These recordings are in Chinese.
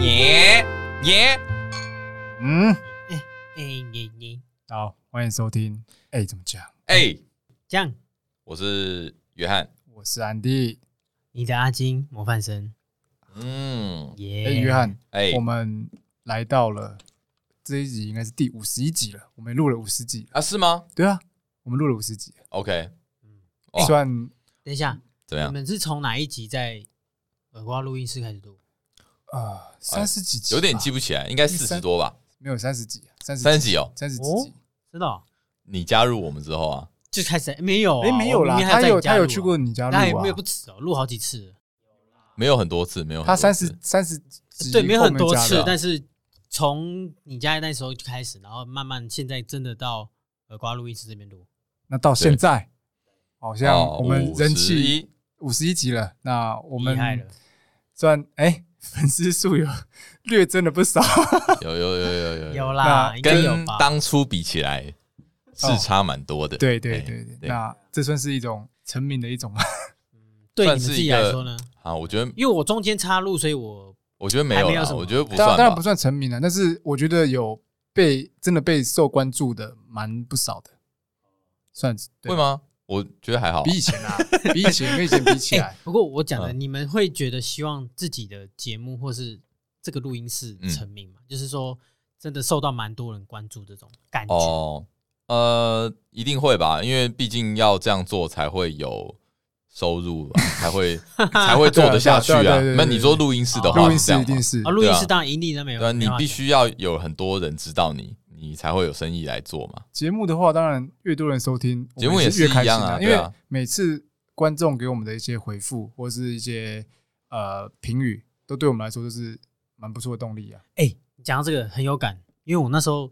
耶耶，嗯，哎耶耶，好，欢迎收听。哎、怎么讲？哎，这样我是约翰。我是安迪。你的阿金模范生嗯，耶、哎、约翰，哎我，们来到了这一集，应该是第五十一集了。我们录了五十集了，啊是吗对啊，我们录了五十集了， ？OK，哇算等一下，怎么你样？们是从哪一集在耳瓜录音室开始录？哎呃三十几集吧，有点记不起来，应该四十多吧，没有三十几，三十三十几哦。三十几哦集。真的哦、你加入我们之后啊，就开始没有、啊？哎、没有啦，我明明还他在有你家他录啊有去过，你家录他也没有啊不？止哦，录好几次了。没有很多次，没有很他多次三十三十几，对，没有很多后次面加，的啊但是从你家那时候就开始，然后慢慢现在真的到耳瓜录音室这边录。那到现在好像哦我们人气51五十一集了。那我厉害们了，虽然哎、粉丝数有略增了不 少，有有有有有 有啦，那应该有跟吧？当初比起来是差蛮多的。哦对对哎对对，那这算是一种成名的一种吗？对你们算是自一己个来说呢？啊，我觉得因为我中间插入，所以我我觉得没有还没有啦，什么我觉得不当算然当然不吧。算成名了，但是我觉得有被真的被受关注的蛮不少的，算是对会吗？我觉得还好比。以前 啊，比以前跟以前比起来，不过我讲的，嗯你们会觉得希望自己的节目或是这个录音室嗯成名嘛？就是说，真的受到蛮多人关注这种感觉。哦，呃，一定会吧，因为毕竟要这样做才会有收入 吧，才会才会做得下去对啊对啊对啊啊对啊。那你说录音室的录话是音这室样一吗？定是啊，录音对室啊当然盈利那没有，对啊，你没办法必讲须要有很多人知道你，你才会有生意来做 嘛。节目的话，当然越多人收听，节目我们也是越是一开心样啊因对为啊每次观众给我们的一些回复或是一些呃评语，都对我们来说都是蛮不错的动力啊。哎，你讲到这个很有感，因为我那时候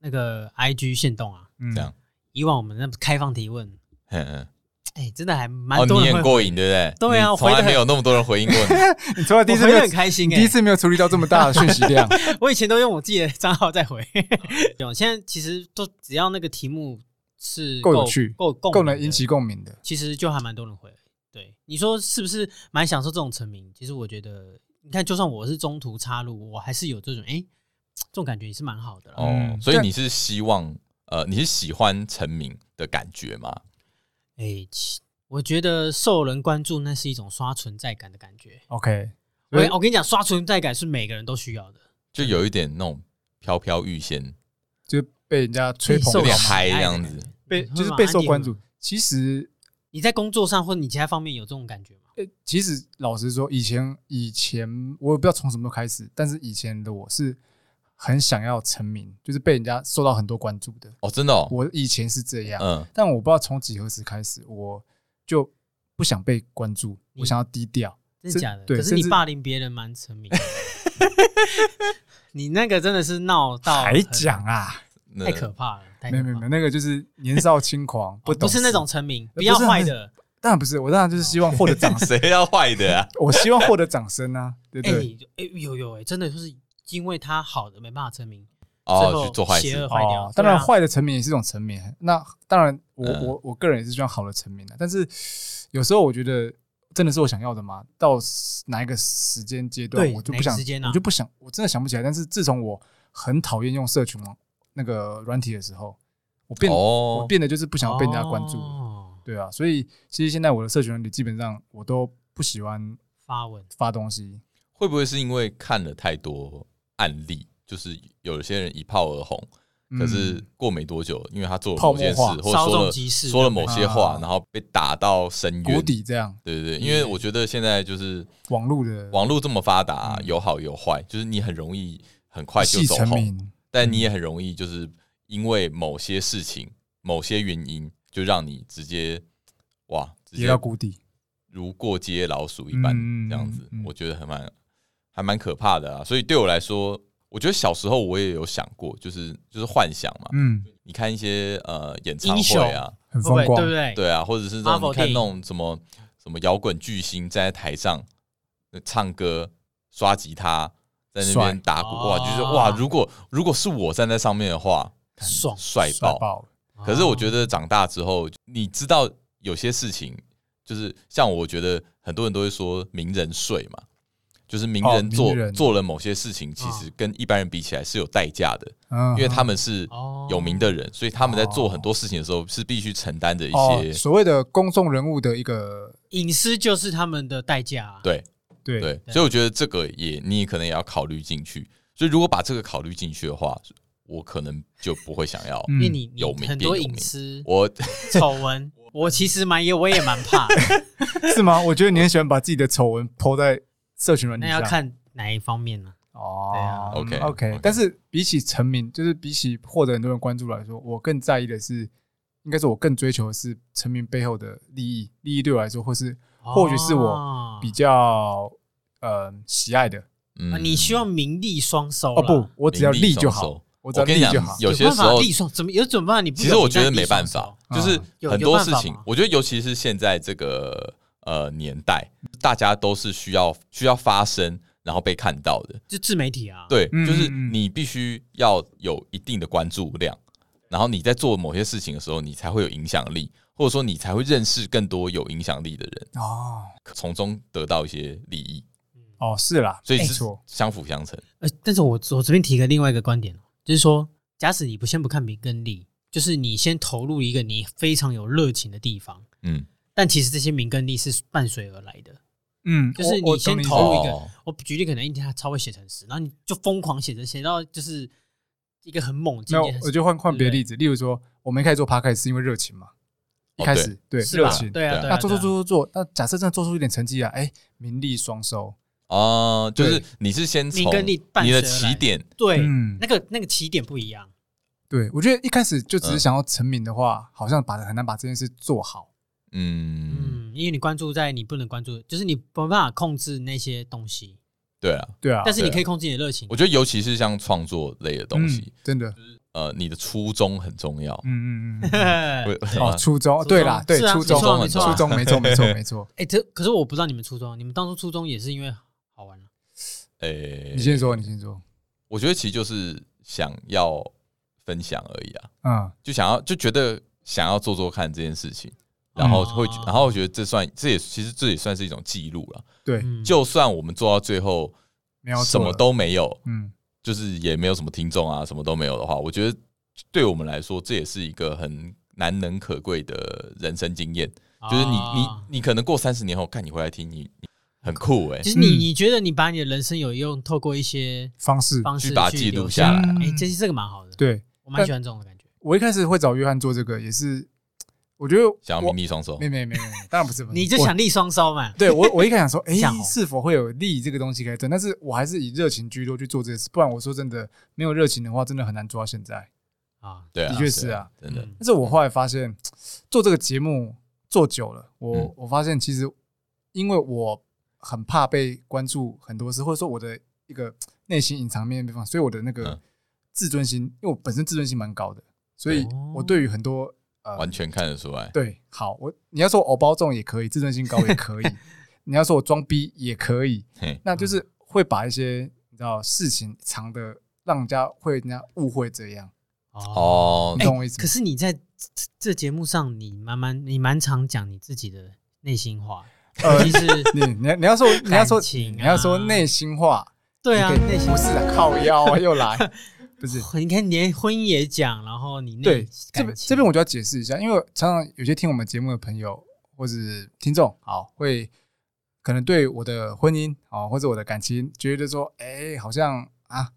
那个 IG 限动啊，嗯这样以往我们那开放提问，嗯嗯，哎，真的还蛮哦，多你人也会，过瘾，对不对？对啊你我从回得来没很有那么多人回应过 你。你从来第一我次回没得有很开心你哎、第一次没有处理到这么大的讯息量，我以前都用我自己的账号在回， 有现在其实都只要那个题目是够有趣够够 够共鸣能的引起共鸣的。其实就还蛮多人回。对，你说是不是蛮享受这种成名？其实我觉得，你看，就算我是中途插入，我还是有这种哎、诶这种感觉也是蛮好的啦。哦嗯，所以但你是希望呃，你是喜欢成名的感觉吗？哎、其我觉得受人关注那是一种刷存在感的感觉。 OK，我所以我跟你讲，刷存在感是每个人都需要的。就有一点那种飘飘欲仙，就被人家吹捧受有点人喜嗨爱的这样感觉子，被你会就是吗备受安迪关会注吗。其实，你在工作上或你其他方面有这种感觉吗？呃，其实老实说，以前以前我也不知道从什么时候开始，但是以前的我是很想要成名，就是被人家受到很多关注的。哦，真的哦，我以前是这样，嗯，但我不知道从几何时开始，我就不想被关注，你我想要低调。真的甚假的？对可是你甚至霸凌别人蛮成名的， 你那个真的是闹到还很讲啊？那太可怕了，太没可怕有没有了没有，那个就是年少轻狂，哦懂不是那事呃种，成名，不不是要坏的。当然不是。我当然就是希望获得掌声，谁要坏的啊？我希望获得掌声啊，对不哎对？哎有有哎，真的就是因为他好的没办法成名，最哦，后去做坏邪事恶，坏掉。哦当对然啊坏的成名也是一种成名。那当然我，我嗯我个人也是希望好的成名的，但是有时候我觉得真的是我想要的吗？到哪一个时间阶段，对我就哪不个想，时间啊我就不想，我真的想不起来。但是自从我很讨厌用社群网那个软体的时候，我变、我哦，变得就是不想要被人家关注了，哦对啊。所以其实现在我的社群软体基本上我都不喜欢发文发东西，会不会是因为看了太多案例？就是有些人一炮而红，嗯可是过没多久，因为他做了泡某沫件事，化或者稍说纵了即逝说了的某感些觉话啊，然后被打到深谷渊。底这样，对对对，因为我觉得现在就是网络的网络这么发达、嗯有好有坏，就是你很容易很快就系走成红，名，但你也很容易就是因为某些事情、某些原因，就让你直接哇，直跌接到谷底。如过街老鼠一般嗯这样子嗯嗯，我觉得还蛮还蛮可怕的啊。所以对我来说，我觉得小时候我也有想过，就是就是幻想嘛。嗯，你看一些呃演唱英会雄啊，会很不风会光，对不对？对啊，或者是那 Marvel 种你看电影那种什么什么摇滚巨星站在台上呃唱歌、刷吉他，在那帅边打鼓，哇，就是哦哇，如果如果是我站在上面的话，爽。帅帅爆。爆了。可是我觉得得长大之后，你知道有些事情，就是像我觉得很多人都会说名人税嘛，就是名哦人做、名人做了某些事情，其实跟一般人比起来是有代价的，嗯，因为他们是哦有名的人，所以他们在做很多事情的时候是必须承担着一哦些、所谓的公众人物的一个隐私就是他们的代价、啊。对对对，对所以我觉得这个也你可能也要考虑进去。所以如果把这个考虑进去的话，我可能就不会想要。因为嗯你你有名很变多有隐名私我丑闻，我其实蛮也我也蛮 怕的，是吗？我觉得你很喜欢把自己的丑闻抛在社群软那体要上。看哪一方面呢、对啊哦 OK，OK OK，但是比起成名，就是比起获得很多人关注来说，我更在意的是，应该是我更追求的是成名背后的利益，利益对我来说，或是或许是我比较呃喜爱的。嗯哦啊你希望名利双收哦啦不，，我只要名利利就双收好，我只要我跟你利讲就好。有些办法时候利双怎么有怎么办？你不其实有我名觉得但利没办双收法，就是嗯有很有多办事法情吗，我觉得尤其是现在这个呃年代，大家都是需要需要发声，然后被看到的。就自媒体啊，，对，嗯就是嗯嗯你必须要有一定的关注量，然后你在做某些事情的时候，你才会有影响力，或者说你才会认识更多有影响力的人，哦从中得到一些利益。哦，是啦，所以没是错，相辅相成。呃，但是我我这边提个另外一个观点哦，就是说，假使你不先不看名跟利，就是你先投入一个你非常有热情的地方，嗯，但其实这些名跟利是伴随而来的。嗯，就是我你我懂先意思投入一个哦我举例，可能一天他超会写程式，然后你就疯狂写着写到就是一个很猛没劲有一件，事，我就换换别的对例子，例如说，我们一开始做 p o d c a s 是因为热情嘛，一哦开对始对是热吧？情，对啊，对啊，那做对做啊，做做做，那假设真的做出一点成绩啊，哎，名利双收，哦，就是对你是先你从跟你伴你的随而起来点，对，嗯那个那个起点不一样，对，我觉得一开始就只嗯是想要成名的话，好像把很难把这件事做好。嗯，嗯，因为你关注在你不能关注的，就是你没办法控制那些东西，对啊，对啊，但是对你啊可以控制你的热情我。觉得尤其是像创作类的东西，嗯真的，呃，你的初衷很重要。嗯嗯 嗯嗯。哎、对哦，初初中中对啦，对是啊初没错中，没错初中没错没错没 错。哎这可是我不知道你们初中，你们当初初中也是因为好玩啊了、诶、你先说，你先说。哎我觉得其实就是想要分享而已啊，嗯，就想要就觉得想要做做看这件事情，然后会，哦然后我觉得这算这也其实这也算是一种记录了。对，嗯就算我们做到最后没有什么都没有，嗯就是也没有什么听众啊，什么都没有的话，我觉得对我们来说这也是一个很难能可贵的人生经验。就是你你啊你可能过三十年后看你回来听你，你很酷哎、其实你嗯你觉得你把你的人生有用，透过一些方式，方式去把它记录下来留嗯哎、其实这个蛮好的，对我蛮喜欢这种感觉。我一开始会找约翰做这个，也是我觉得想要我名利双收没，没没没，没当然不是，不是你就嗯我想利双收 嘛？对我，我一开始 想说，哎、想哦红是否会有利这个东西可以挣？但是我还是以热情居多去做这个事，不然我说真的，没有热情的话，真的很难做到现在。啊，对啊，的确是啊对，真的，嗯但是我后来发现，做这个节目做久了，我、嗯我发现其实因为我很怕被关注很多事，或者说我的一个内心隐藏面的地方，所以我的那嗯个自尊心，因为我本身自尊心蛮高的，所以对哦我对于很多呃完全看得出来。对，好，我你要说我偶包重也可以，自尊心高也可以， 你要说我装逼也可以嘿，那嗯就是会把一些你知道事情藏的，让人家会人家误会这样，哦。哦你，懂我意思可吗？是你在这这节目上，你慢慢你蛮常讲你自己的内心话，呃其实 你你你要说你要说感情啊你要说内心话，对啊，你可以内心不是啊靠腰啊又 来，不是你看你连婚姻也讲，然后你内对这感边情这边我就要解释一下，因为常常有些听我们节目的朋友或者听众，好会可能对我的婚姻啊、哦或者我的感情觉得说，哎、好像啊。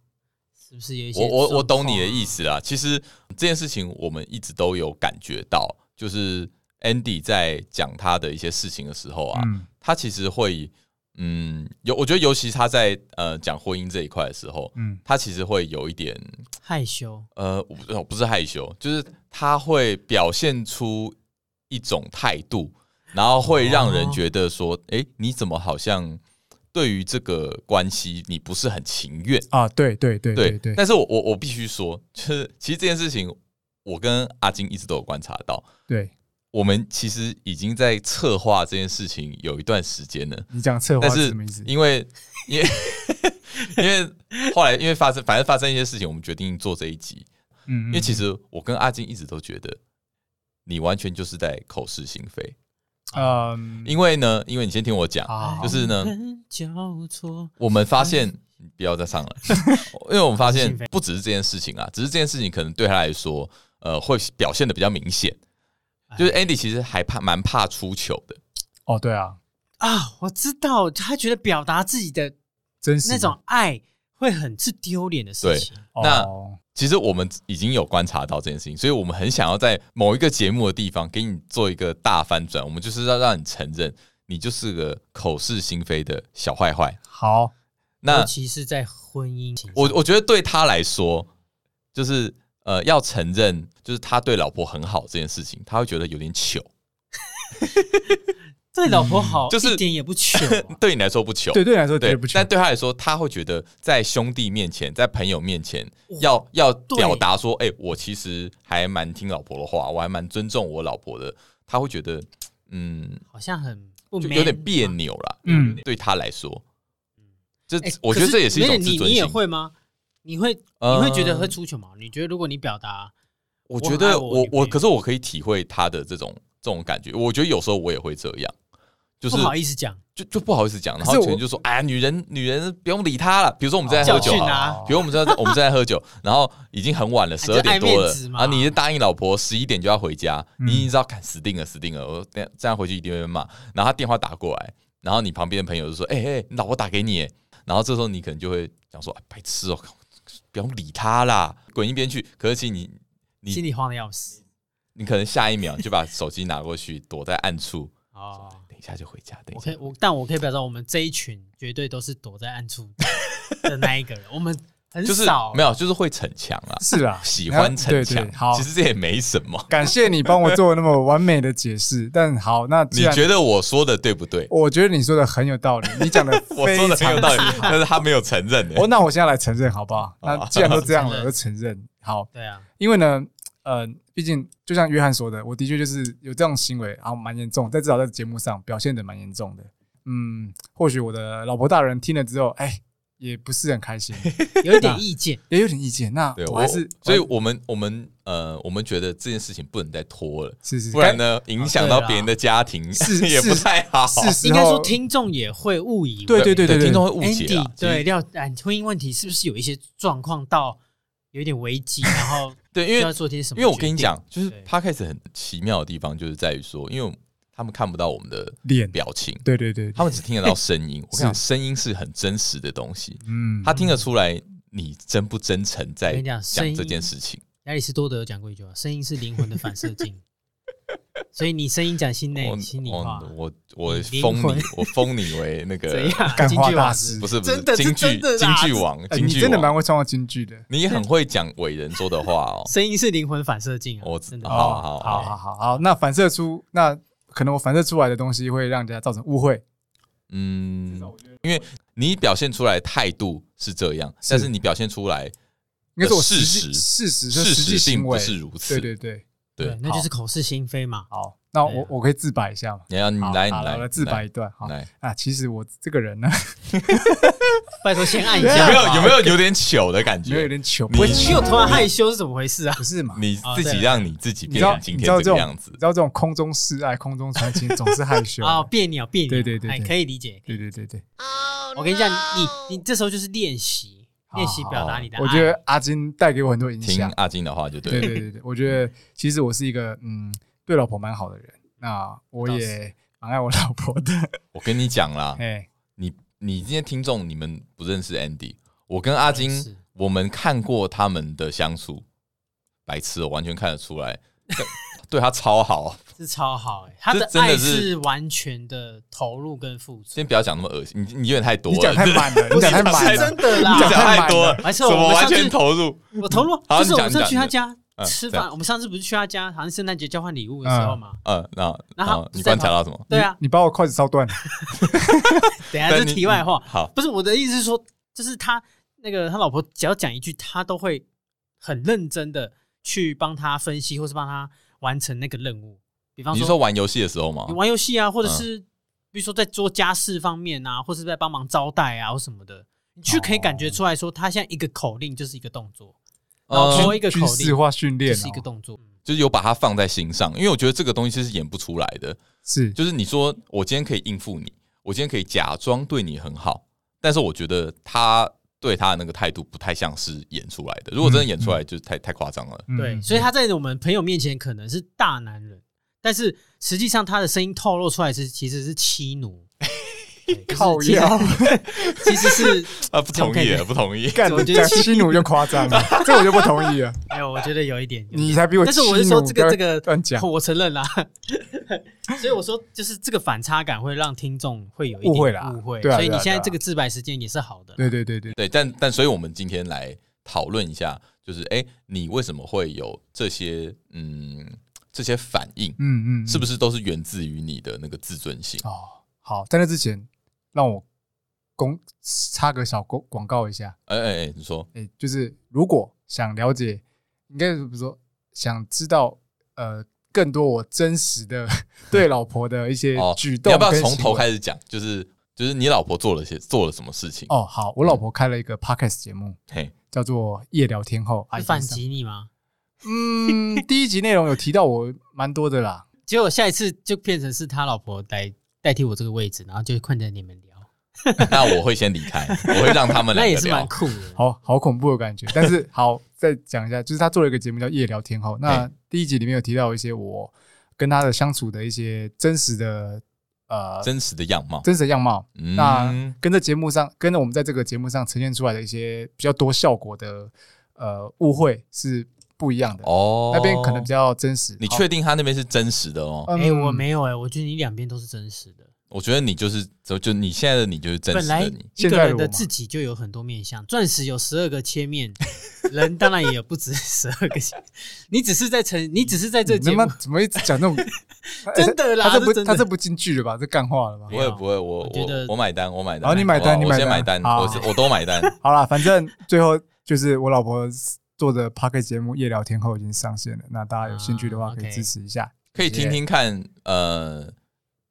是不是有一些我我我状况懂啊你的意，思啦。其实这件事情我们一直都有感觉到，就是 Andy 在讲他的一些事情的时候啊，嗯，他其实会，嗯，有我觉得尤其他在呃讲婚姻这一块的时候，嗯他其实会有一点害羞呃，我不不是害羞，就是他会表现出一种态度，然后会让人觉得说，哎、你怎么好像对于这个关系你不是很情愿？啊，对对对对对对但是我我我必须说，就是其实这件事情，我跟阿金一直都有观察到，对，我们其实已经在策划这件事情有一段时间了。你讲策划但是是什么意思？因为因为 因为后来因为发生反正发生一些事情，我们决定做这一集。嗯，因因为其实我跟阿金一直都觉得，你完全就是在口是心非。嗯，啊因为呢，因为你先听我讲，好，嗯就是呢人交错，我们发现不要再上了， 因为我们发现不只是这件事情啊，只是这件事情可能对他来说，呃，会表现的比较明显。哎就是 Andy 其实还怕蛮怕出糗的，哦，对啊，啊，我知道，他觉得表达自己的真实那种爱会很是丢脸的事对情。那哦其实我们已经有观察到这件事情，所以我们很想要在某一个节目的地方给你做一个大翻转，我们就是要让你承认你就是个口是心非的小坏坏。好，那尤其是在婚姻情上，我我觉得对他来说，就是呃要承认，就是他对老婆很好这件事情，他会觉得有点糗。对老婆好，就是一点也不糗 啊对你来说不糗，对对你来说绝对对不缺但，对他来说，他会觉得在兄弟面前，在朋友面前，要要表达说，哎、我其实还蛮听老婆的话，我还蛮尊重我老婆的。他会觉得，嗯，好像很不啊就 man 有点别扭啦。嗯对他来说，这、哎我觉得可这也是一没种有自你尊你也心。会吗？你会你呃会觉得会出糗吗？你觉得如果你表达我我觉很爱得我我女朋我，友可是我可以体会他的这种这种感觉。我觉得有时候我也会这样，就是不好意思讲，就就不好意思讲，然可是后我可能就说，哎呀，女人女人不用理她了。比如说我们正在教喝酒训好了啊比如我们正在我们正在喝酒，然后已经很晚了，十就二点多爱面了子嘛啊！你就答应老婆十一点就要回家，嗯你已经知道，看死定了，死定了！我这样这样回去一定会被骂。然后他电话打过来，然后你旁边的朋友就说：“哎、哎、你老婆打给你耶。”然后这时候你可能就会想说：“哎白痴哦、不用理他啦，滚一边去。”可是其实你你心里慌的要死你可能下一秒就把手机拿过去，躲在暗处，哦。等一下就回家，等一我下可以，我但我可以表达，我们这一群绝对都是躲在暗处的那一个人，我们很就是少没有，就是会逞强啊。是啦， 喜欢逞对强对，好其实这也没什么。感谢你帮我做那么完美的解释，但好，那你 既然觉得我说的对不对？我觉得你说的很有道理，你讲的 我说非的很常有道理，但是他没有承认呢。欸哦， 那我现在来承认好不 好？那既然都这样了，我就承认。好，对啊，因为呢，呃，毕竟就像约翰说的，我的确就是有这种行为，然后蛮严重，在至少在节目上表现的蛮严重的。嗯，或许我的老婆大人听了之后，哎，也不是很开 心，有一点意见，也有点意见。那对，我还是，哎所以我们我们呃，我们觉得这件事情不能再拖了，是是，不然呢，影响到别人的家庭是 也不是太好。是时应该说候听众也会误以为对对对对对听众会误解啊 Andy。对廖哎婚姻问题是不是有一些状况到有一点危机，然后对，因需为要做些什么？因为我跟你，讲，就是对 podcast 很奇妙的地方，就是在于说，因为他们看不到我们的脸，表情，对对对，他们只听得到声 音。我跟你讲，是声音是很真实的东西，嗯，他听得出来你真不真诚我在跟你讲声讲音这件事情。亚里士多德有讲过一句话：声音是灵魂的反射镜。所以你声音讲心内我心里话，我我我灵封魂你，我封你为 那怎个样？干京话剧大王师子不是不真是的是京剧真的京啦呃剧王哎京你剧真的蛮王，会创造京剧的。你很会讲伟人说的话 哦。声音是灵魂反射镜啊！我真的哦好好好好好好好好，那反射出那可能我反射出来的东西会让人家造成误会，嗯，因为你表现出来态度是这样，是但是你表现出来应该是我呃事实际实事实就事是实际实行并不为是如对此。对对，对对，那就是口是心非嘛。好，那对我啊我可以自白一下嘛？你要你好哎嗯来你好来我来自白你一段。好来来，啊，其实我这个人呢，拜托，先按一有下。没有有没有？有有点糗的感没有有觉？点糗，你不会你有突然害羞是怎么回事啊？不是嘛？你哦自己对让你自己你知变道成今你天知道这这种个样子你知，道这种空中示爱、空中传情总是害 羞的。啊，别扭别扭。对对对哎对可以理解。对对对对，我跟你讲，你你这时候就是练习好练习表达你的爱。我觉得阿金带给我很多影听响。阿金的话就对对了。对对对，我觉得其实我是一个嗯对老婆蛮好的人，那我倒也蛮爱我老婆 的。我跟你讲啦，哎，你你今天听众你们不认识 Andy，我跟阿我认识金我们看过他们的相处，白痴，我完全看得出来， 对他超好。是超好哎、他这的真的爱是是完全的投入跟付出先，不要讲那么恶心，你你有点太多你讲了，太 满了，你讲太满是了真，的你啦讲讲。太太多了满，而且怎我么们完上次全投入？我投入，好就是我你讲们上次去你他讲家嗯吃这饭，样我们上次不是去他家，好像圣诞节交换礼物的时候嘛。嗯，那然然后后你再观跑察到什么？对啊，你把我筷子烧断了。等一下这但是你题外话，好，不是我的意思是说，就是他那个他老婆只要讲一句，他都会很认真的去帮他分析，或是帮他完成那个任务。比方你是说玩游戏的时候吗你？玩游戏啊，或者是比如说在做家事方面啊，或是在帮忙招待啊或什么的，你就可以感觉出来说，他现在一个口令就是一个动作，然后嗯多一个口军事令化训练就哦，是一个动作。嗯就是有把它放在心上，因为我觉得这个东西是演不出来的。是就是你说我今天可以应付你，我今天可以假装对你很好，但是我觉得他对他的那个态度不太像是演出来的。如果真的演出来，就是太太夸张 了。对，嗯所以他在我们朋友面前可能是大男人，但是实际上他的声音透露出来是其实是妻奴，对就是靠其实腰其实是 啊，不同意，不同意。干我觉得讲西奴就夸张了，这我就不同 意了。没有，我觉得有一点，有一点你才比我但是我是西说奴这个不要这个乱讲，我承认啦， 所以我说就是这个反差感会让听众会有一点误会啦误会，对啊所以你对啊现在对啊这个自白时间也是好的，对对对对， 对，但但所以我们今天来讨论一下，就是哎、诶你为什么会有这些嗯这些反应？嗯嗯，是不是？是都是源自于你的那个自尊心？哦，好，在那之前让我公插个小广广告一下，哎哎哎，你说哎、就是如果想了解，应该是不是说想知道呃更多我真实的 对老婆的一些哦，举你动要不要跟从头行为开始讲？就是就是你老婆做了些做了什么事情？哦，好，我老嗯婆开了一个 podcast 节目，嘿，叫做《夜聊天后》，会反。击你吗？嗯，第一集内容有提到我蛮多的啦。结果下一次就变成是他老婆来代替我这个位置，然后就困着你们聊， 那我会先离开，我会让他们那两也个是聊蛮。酷的。好好恐怖的感觉。但 是好，再讲一下，就是他做了一个节目叫《夜聊天后》，哎那第一集里面有提到一些我跟他的相处的一些真实的呃真实的样貌，真实的样貌，那嗯，跟这节目上，跟着我们在这个节目上呈现出来的一些比较多效果的呃误会是不一样的。哦，那边可能比较真实。你好确定他那边是真实的哦？哎，我。嗯没有哎，我觉得你两边都是真实的。我觉得你就是就就你现在的你就是真本实来的你，一现个在的人的我吗自己就有很多面相，钻石有十二个切面，人当然也有不止十二个切。 你只是在成，你只是在这你他节目妈怎么一直讲那 种？真的啦，他这是不真他的这不进剧了吧？这干话了吧不？没会有不会，我我觉得我我买单，我买单，哦好你买单好不好你我先买买单单，好我是我都 买单。好啦，反正最后就是我老婆做的 p o c k e t 节目《夜聊天后》已经上线了，那大家有兴趣的啊话可以，OK 支持一下。可以听听看，呃，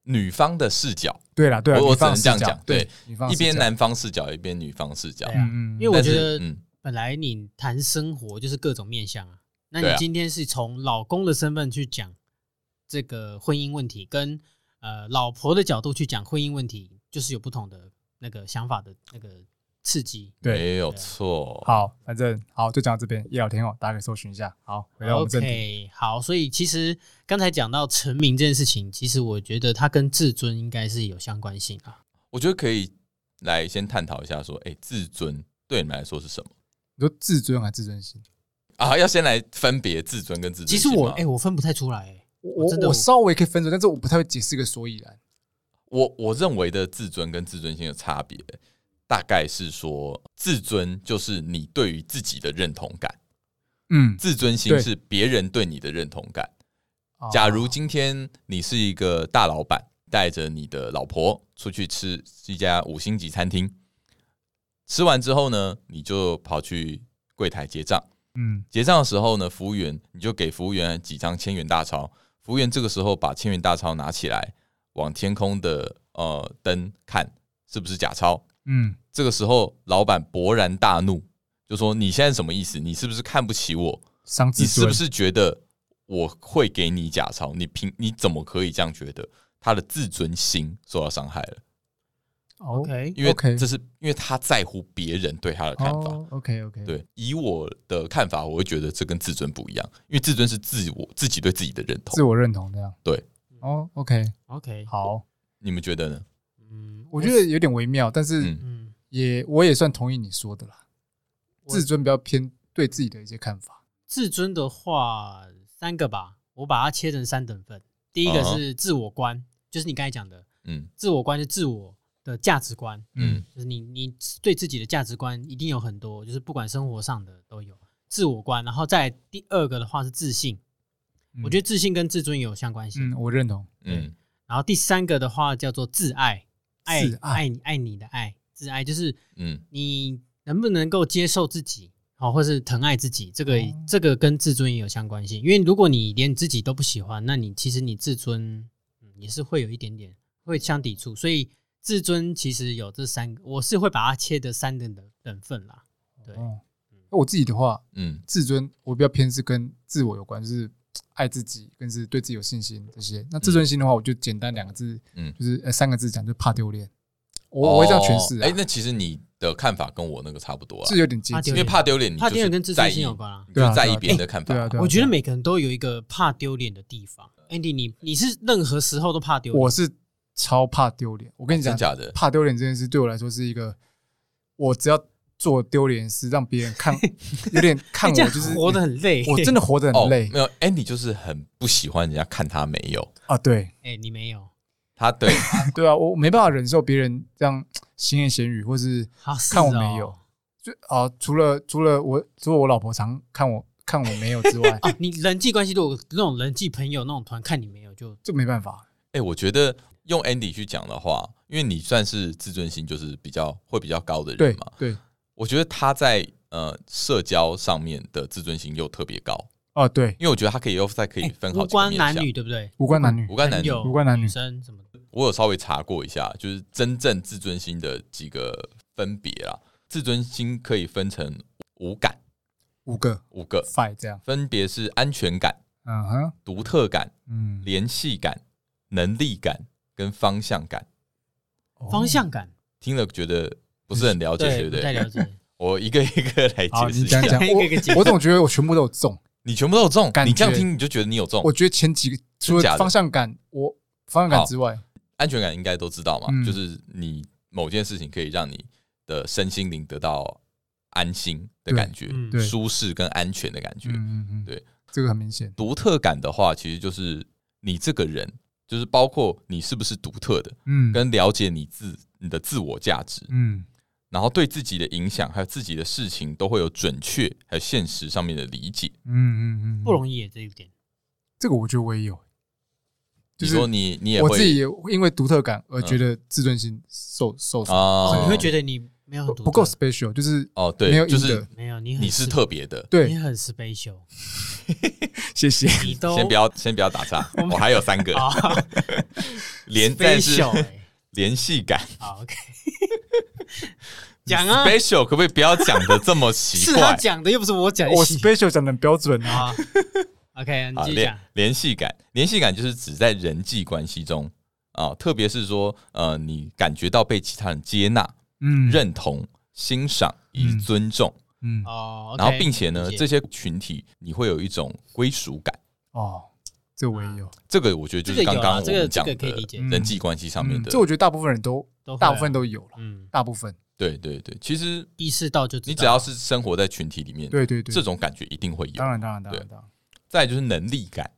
女方的视角，对啦，对啦，我我女方只能视这样角讲对对，女方一边哦视角，男方视角，一边女方视角对。啊嗯因嗯，为我但觉是得嗯，本来你谈生活就是各种面相啊，那对你啊今天是从老公的身份去讲这个婚姻问题，跟呃老婆的角度去讲婚姻问题，就是有不同的那个想法的那个刺激。对嗯没有错。好，反正好就讲到这边，《夜聊天后》大家可以搜寻一下。好，回到我们正题， OK，好，所以其实刚才讲到成名这件事情，其实我觉得它跟自尊应该是有相关性啊。我觉得可以来先探讨一下，说，哎，自尊对你们来说是什么你说自尊还是自尊心？啊？要先来分别自尊跟自尊其心实吗。我哎、我分不太出来、欸，我真的我稍微可以分出，但是我不太会解释个所以然。我我认为的自尊跟自尊心的差别，大概是说，自尊就是你对于自己的认同感，嗯，自尊心对是别人对你的认同感。哦啊假如今天你是一个大老板，带着你的老婆出去吃一家五星级餐厅，吃完之后呢，你就跑去柜台结账。嗯结账的时候呢，服务员你就给服务员几张千元大钞，服务员这个时候把千元大钞拿起来，往天空的呃灯看是不是假钞。嗯这个时候，老板勃然大怒，就说：“你现在什么意思？你是不是看不起我？伤你自是尊不是觉得我会给你假钞？你凭你怎么可以这样觉得？”他的自尊心受到伤害了，哦 OK，因为 OK 哦这是因为他在乎别人对他的看法。 OK OK，，对，以我的看法，我会觉得这跟自尊不一样，因为自尊是自我自己对自己的认自同。我认同这样。对，哦 OK， OK，，好，你们觉得呢？嗯，我觉得有点微妙，但是嗯，嗯，也我也算同意你说的啦。我自尊比较偏对自己的一些看法。自尊的话，三个吧，我把它切成三等份。第一个嗯哼是自我观，就是你刚才讲的，嗯自我观是自我的价值观，嗯，就是你你对自己的价值观一定有很多，就是不管生活上的都有自我观。然后再来第二个的话是自信，我觉得得，自信跟自尊也有相关性。嗯，我认同。嗯，然后第三个的话叫做自爱，爱自爱你爱你的爱，自爱就是嗯，你能不能够接受自己，好、或是疼爱自己，这个、哦这个跟自尊也有相关性。因为如果你连自己都不喜欢，那你其实你自尊、嗯、也是会有一点点会相抵触。所以自尊其实有这三个，我是会把它切的三等等等份啦。对，哦，那我自己的话，嗯，自尊我比较偏是跟自我有关，就是爱自己，更是对自己有信心这些。那自尊心的话，我就简单两个字，嗯就是呃三个字讲，就怕丢脸。我我会这样诠释哦啊哎，，那其实你的看法跟我那个差不多啊是，有点接怕近丢因为脸怕丢脸，你怕丢脸就是跟自在尊意心有关啊。你对就啊在对意啊别人的看法对啊嘛。对啊我觉得每个人都有一个怕丢脸的地方。Andy，你你是任何时候都怕丢脸，我是超怕丢脸。我跟你啊真讲，假的？怕丢脸这件事对我来说是一个，我只要做丢脸的事，让别 人看，有点哎看我这样就是活得很累。我真的活得哦很，累没有，Andy 就是很不喜欢人家看他没有，啊。对 哎，你没有，他对对啊，我我没办法忍受别人这样闲言闲语，或是啊是看我哦没有。就啊，除了除了我，除了我老婆常看我看我没有之外，哦，你人际关系如果那种人际朋友那种团看你没有就就没办法。哎、我觉得用 Andy 去讲的话，因为你算是自尊心就是比较会比较高的对人嘛，对我觉得他在呃社交上面的自尊心又特别高，啊，对，因为我觉得他可以又再可以哎分好无几个关面男向女，对不对？无关男女无关男女，友无关男女女生什么的，我有稍微查过一下，就是真正自尊心的几个分别啦。自尊心可以分成五感，五个五个 five 这样。分别是安全感、嗯哼，独特感、嗯，联系感、能力感跟方向感。哦方向感，听了觉得不是很了解，对不不太对？了解。 我一个一个来好，解释你一下讲。讲，一个一个解释我我总觉得我全部都有中。你全部都有中，感觉你这样听你就觉得你有中。我觉得前几个除假了的方向感，我方向感之外，安全感应该都知道嘛，嗯就是你某件事情可以让你的身心灵得到安心的感觉、嗯对舒适跟安全的感觉。嗯嗯嗯，对，这个很明显，独特感的话，其实就是你这个人，就是包括你是不是独特的，嗯，跟了解你自你的自我价值，嗯然后对自己的影响，还有自己的事情都会有准确还有现实上面的理解。嗯嗯嗯，不容易耶这一点。这个我觉得我也有，就你说是你你也我自己会嗯也因为独特感而觉得自尊心受受伤，啊哦，你会觉得你没有很独不够特 special，就是哦，没对，有就赢是的没有你很你是 spe- 特别的。你对，很 special，谢谢，你都先不要，先不要 打岔，我还有三个啊联，但是 ，special 哎联系感。好 OK，讲啊， Special 可不可以不要讲的这 么是奇他怪？讲的，又不是我讲的。 我 special 讲的标准啊，啊，OK，你啊，继续联讲。联系感，联系感就是指在人际关系中啊，特别是说呃，你感觉到被其他人接纳、嗯，认同、欣赏以及嗯尊重，嗯哦，然后并且呢，这些些群体你会有一种归属感。哦，这我也有，这个我觉得就这是个有刚啊，刚这我个这们讲个的可以理解，嗯人际关系上面嗯，的这，我觉得大部分人都都会啊大部分都有了，嗯，大部分，对对对。其实意识到就知道你只要是生活在群体里面，对对对，这种感觉一定会有当。然当然当然对当然，再来就是能力感，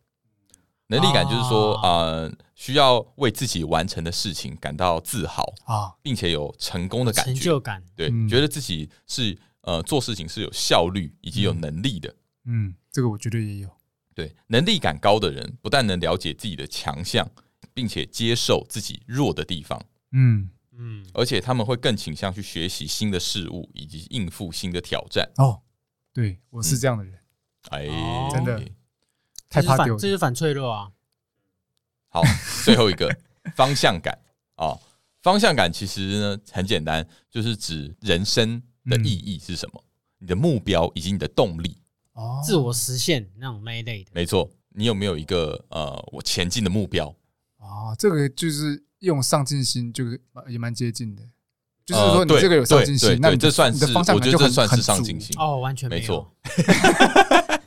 能力感就是说，啊呃，需要为自己完成的事情感到自豪，啊，并且有成功的感成觉就，感，对，嗯觉得自己是呃做事情是有效率以及有能力的。嗯，这个我觉得也有，对，能力感高的人，不但能了解自己的强项，并且接受自己弱的地方，嗯，嗯，而且他们会更倾向去学习新的事物以及应付新的挑战。哦，对我嗯是这样的人，哎，哦真的太这就是怕反丢这脸就是反脆弱啊，好， 最后一个方向感啊、哦方向感其实呢很简单，就是指人生的意嗯义是什么，你的目标以及你的动力。哦，自我实现那种那一类的，没错，你有没有一个呃我前进的目标？哦，这个就是用上进心，就是也蛮接近的。就是呃说，你对这个有上进对心对，那你对这算你是的方向我感觉就得这很算很是上足进心。哦，完全没有错，，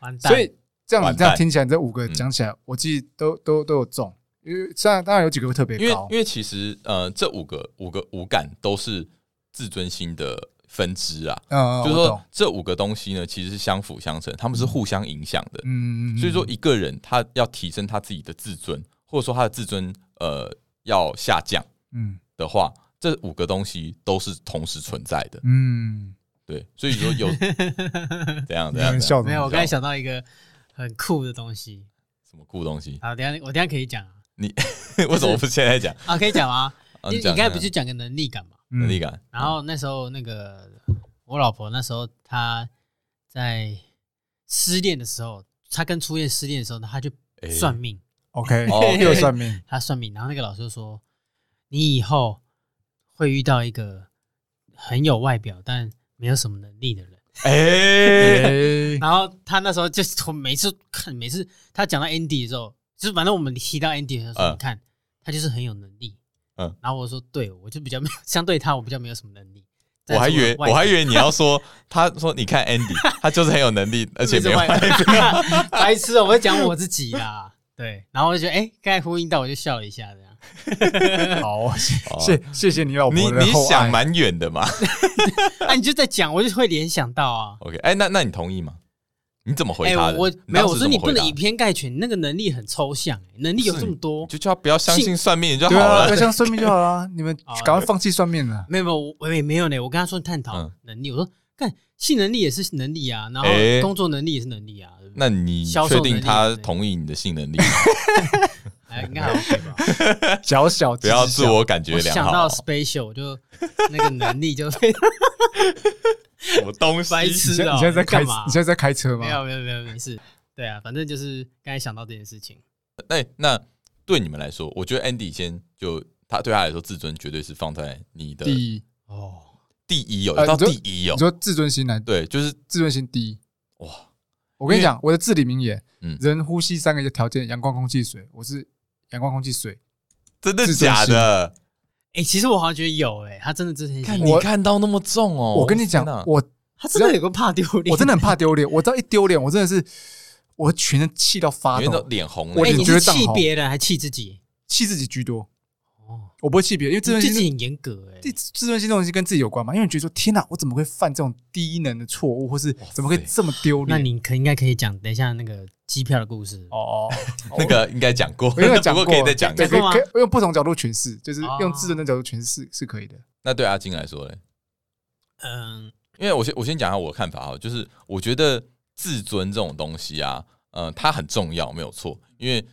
完蛋，所以这样完你这样蛋听起来，这五个嗯讲起来，我记得都都都有中，因为虽然当然有几个会特别因为高因，为其实呃这五个五个五感都是自尊心的分支啊，嗯，嗯就是我说懂这五个东西呢其实是相辅相成，他们是互相影响的。嗯，嗯嗯所以说，一个人他要提升他自己的自尊，或者说他的自尊呃要下降嗯的话，这五个东西都是同时存在的。嗯，对，所以说 有怎样你怎样们怎样笑 的没有，我刚才想到一个很酷的东西，什么酷东西？ 好，等一下我等一下可以讲啊，为什么不现在讲？嗯啊，可以讲 吗？啊 你你你讲刚才看不是讲个能力感吗？能能力感？然后那时候那个我老婆那时候她在失恋的时候，她跟初恋失恋的时候，她就哎算命， ，OK， 哦又算命，她算命，然后那个老师就说，你以后会遇到一个很有外表但没有什么能力的人， 哎，哎，然后他那时候就是我每次看，每次他讲到 Andy 的时候，就是反正我们提到 Andy 的时候，嗯你看他就是很有能力。嗯，然后我说，对我就比较没有，相对他我比较没有什么能力。我还以为我还以为为你要说，他说你看 Andy，他 就是很有能力，而且没有外外表 白痴哦、我在讲我自己啦。对，然后我就觉得，哎、刚才呼应到，我就笑了一下，这样。哎好， 哦谢谢谢你老你婆的你厚想爱。蛮远的嘛。啊，你就在讲，我就会联想到啊。 OK，哎，那那你同意吗？你怎么回哎、他的？我你没有，当我时说你怎不么回能答以偏概全，那个能力很抽象、哎能力有是这么多你，就叫他不要相信算命就好对啊，了要。像算命就好 啦，你们啊赶快放弃算命了。没有没有，我也没有呢。我跟他说探讨嗯能力，我说看性能力也是能力啊，然后哎工作能力也是能力啊。对不对那你销售确能力定他对不对同意你的性能 力吗？哎，应该还 OK 吧？小小不要自自我感觉我良想好到，special 我就那个能力就非常什 么东西？白痴你现啊！ 你现在在开干你嘛？现在在开车吗没？有没有没有没事。对啊，反正就是刚才想到这件事情。哎、那对你们来说，我觉得 Andy 先就他对他来说，自尊绝对是放在你的第一，哦，第一哦，呃到你说第一你哦，说自尊心来，对，就是自尊心低。哇，我跟你讲，我的至理名言嗯，人呼吸三个条件：阳光、空气、水。我是阳光、空气、水。真的自尊假的？哎，其实我好像觉得有哎，他真的之前看我你看到那么重哦，我跟你讲天，哪 我他真的有个怕丢脸，我真的很怕丢脸，我只要一丢脸，我真的是我全身气到发你们都抖，脸红了我哎，脸你觉得哦是涨气红别人还气自己气自己居多。哦，我不会气别人，因为自你尊自己心。很严格哎自。自尊心这种东西跟自己有关嘛？因为你觉得说，天哪，我怎么会犯这种低能的错误，或是怎么会这么丢那脸？你可应该可以讲等一下那个机票的故事哦哦， 那个应该讲过，我有讲 不过，过可以再讲一对，下。可以讲过吗可以用不同角度诠释，就是哦用自尊的角度诠释是可以的。那对阿金来说嘞，嗯，因为我先我先讲一下我的看法哈，就是我觉得自尊这种东西啊，嗯、它很重要，没有错。因为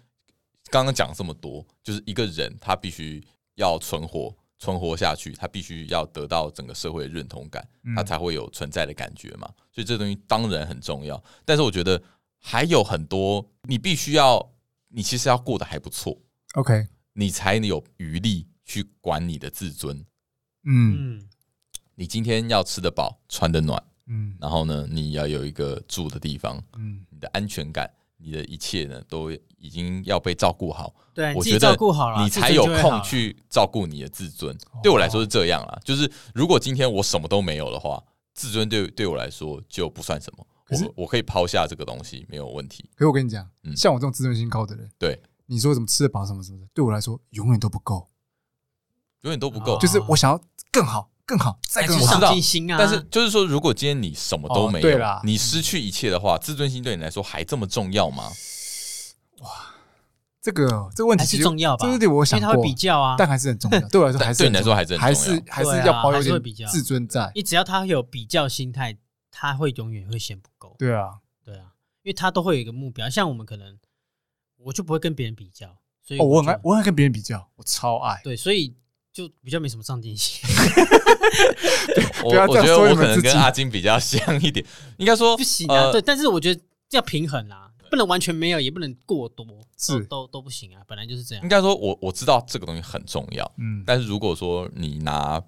刚刚讲了这么多，就是一个人他必须要存活，存活下去，他必须要得到整个社会的认同感，嗯啊他才会有存在的感觉嘛。所以这东西当然很重要，但是我觉得还有很多你必须要，你其实要过得还不错， OK，你才能有余力去管你的自尊。嗯嗯，你今天要吃得饱，穿得暖。嗯然后呢，你要有一个住的地方，嗯，你的安全感，你的一切呢，都已经要被照顾好。对，你我自觉己得照顾好了，你自才尊有就会好哦空了。去照顾你的自尊。对我来说是这样啦，就是如果今天我什么都没有的话，自尊对对我来说就不算什么。可是我我可以抛下这个东西没有问题。可是我跟你讲，嗯像我这种自尊心高的人，对，你说怎么吃得饱什么什么的，对我来说永远都不够，永远都不够。哦就是我想要更好、更好、再再更去我知好道。上进心啊！但是就是说，如果今天你什么都哦没对有，啦你失去一切的话，自尊心对你来说还这么重要吗？这个这个问题还其是实重要吧？这个问题我因想为他会过比，较啊，但还是很重要。对我来说但还是对你很来说还是还很重是要。还是对啊要保有还是会比点较自尊在。你只要他有比较心态，他会永远会嫌不够。对啊，对啊，因为他都会有一个目标，像我们可能我就不会跟别人比较，所以哦，我很就爱我很爱跟别人比较，我超爱。对，所以就比较没什么上进 心，我不要我这样觉得说我你们可能自己跟阿金比较像一点，应该说不行啊。呃对，但是我觉得要平衡啦，不能完全没有，也不能过多，是都都都不行啊，本来就是这应样。该说我我知道这个东西很重要，嗯，但是如果说你拿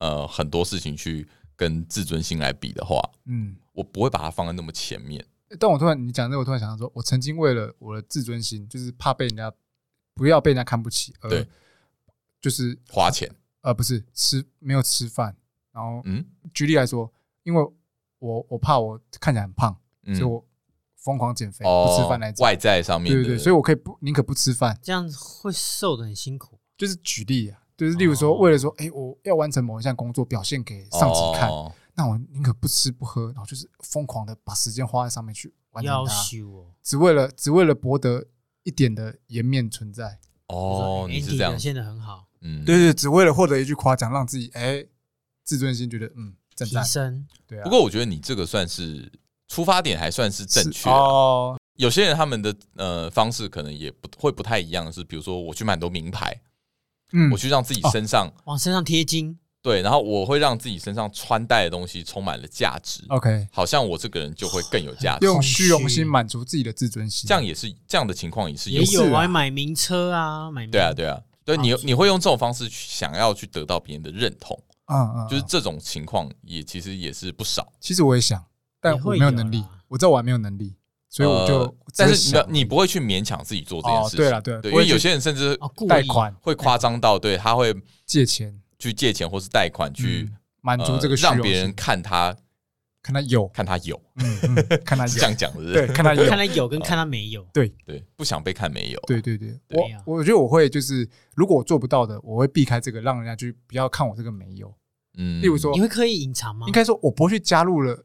呃很多事情去跟自尊心来比的话，嗯。我不会把它放在那么前面。但我突然你讲这个，我突然想到说，我曾经为了我的自尊心，就是怕被人家不要被人家看不起，而对就是花钱，呃不是吃没有吃饭，然后嗯举例来说，因为我我怕我看起来很胖，嗯哦所以我疯狂减肥，不吃饭来外减。在上面对对对，所以以我可以不宁可不吃饭，这样会瘦的很辛苦，就是举例啊，就是例如说哦为了说，哎，我要完成某一项工作，表现给哦上级看，那我宁可不吃不喝，然后就是疯狂的把时间花在上面去完成要它。修哦。只为了只为了博得一点的颜面存在。哦，你就是说这哎 Andy 样表，现的很好，嗯，对对，只为了获得一句夸奖，让自己哎、自尊心觉得嗯赞提赞。升对啊，不过我觉得你这个算是出发点还算是正确是。啊哦，有些人他们的呃方式可能也不会不太一样，是比如说我去买很多名牌，嗯我去让自己哦身上往身上贴金，对，然后我会让自己身上穿戴的东西充满了价值， ，OK，好像我这个人就会更有价值。用虚荣心满足自己的自尊心，啊这样也是这样的情况也是也有也，是有啊啊，买名车啊，买名对啊，对啊，对你你会用这种方式去想要去得到别人的认同，嗯嗯，就是嗯这种情况也其实也是不少。其实我也想，但也我会没有有能力啦，我知道我还没有能力，所以我就呃只但会是想你你不会去勉强自己做这件哦事情，对啦对对，不因会为有去些人甚至哦，故意贷款会夸张到，对他会借钱去借钱或是贷款去嗯满足呃这个虚让荣别人心看他看他有，看他有，嗯， 嗯看他是这有，样讲的，对，看他有，看他有跟看他没有，对，不想被看没有，对对对，对呀我我觉得我会就是，如果我做不到的，我会避开这个，让人家去不要看我这个没有。嗯例如说你会刻意隐藏吗？应该说，我不会去加入了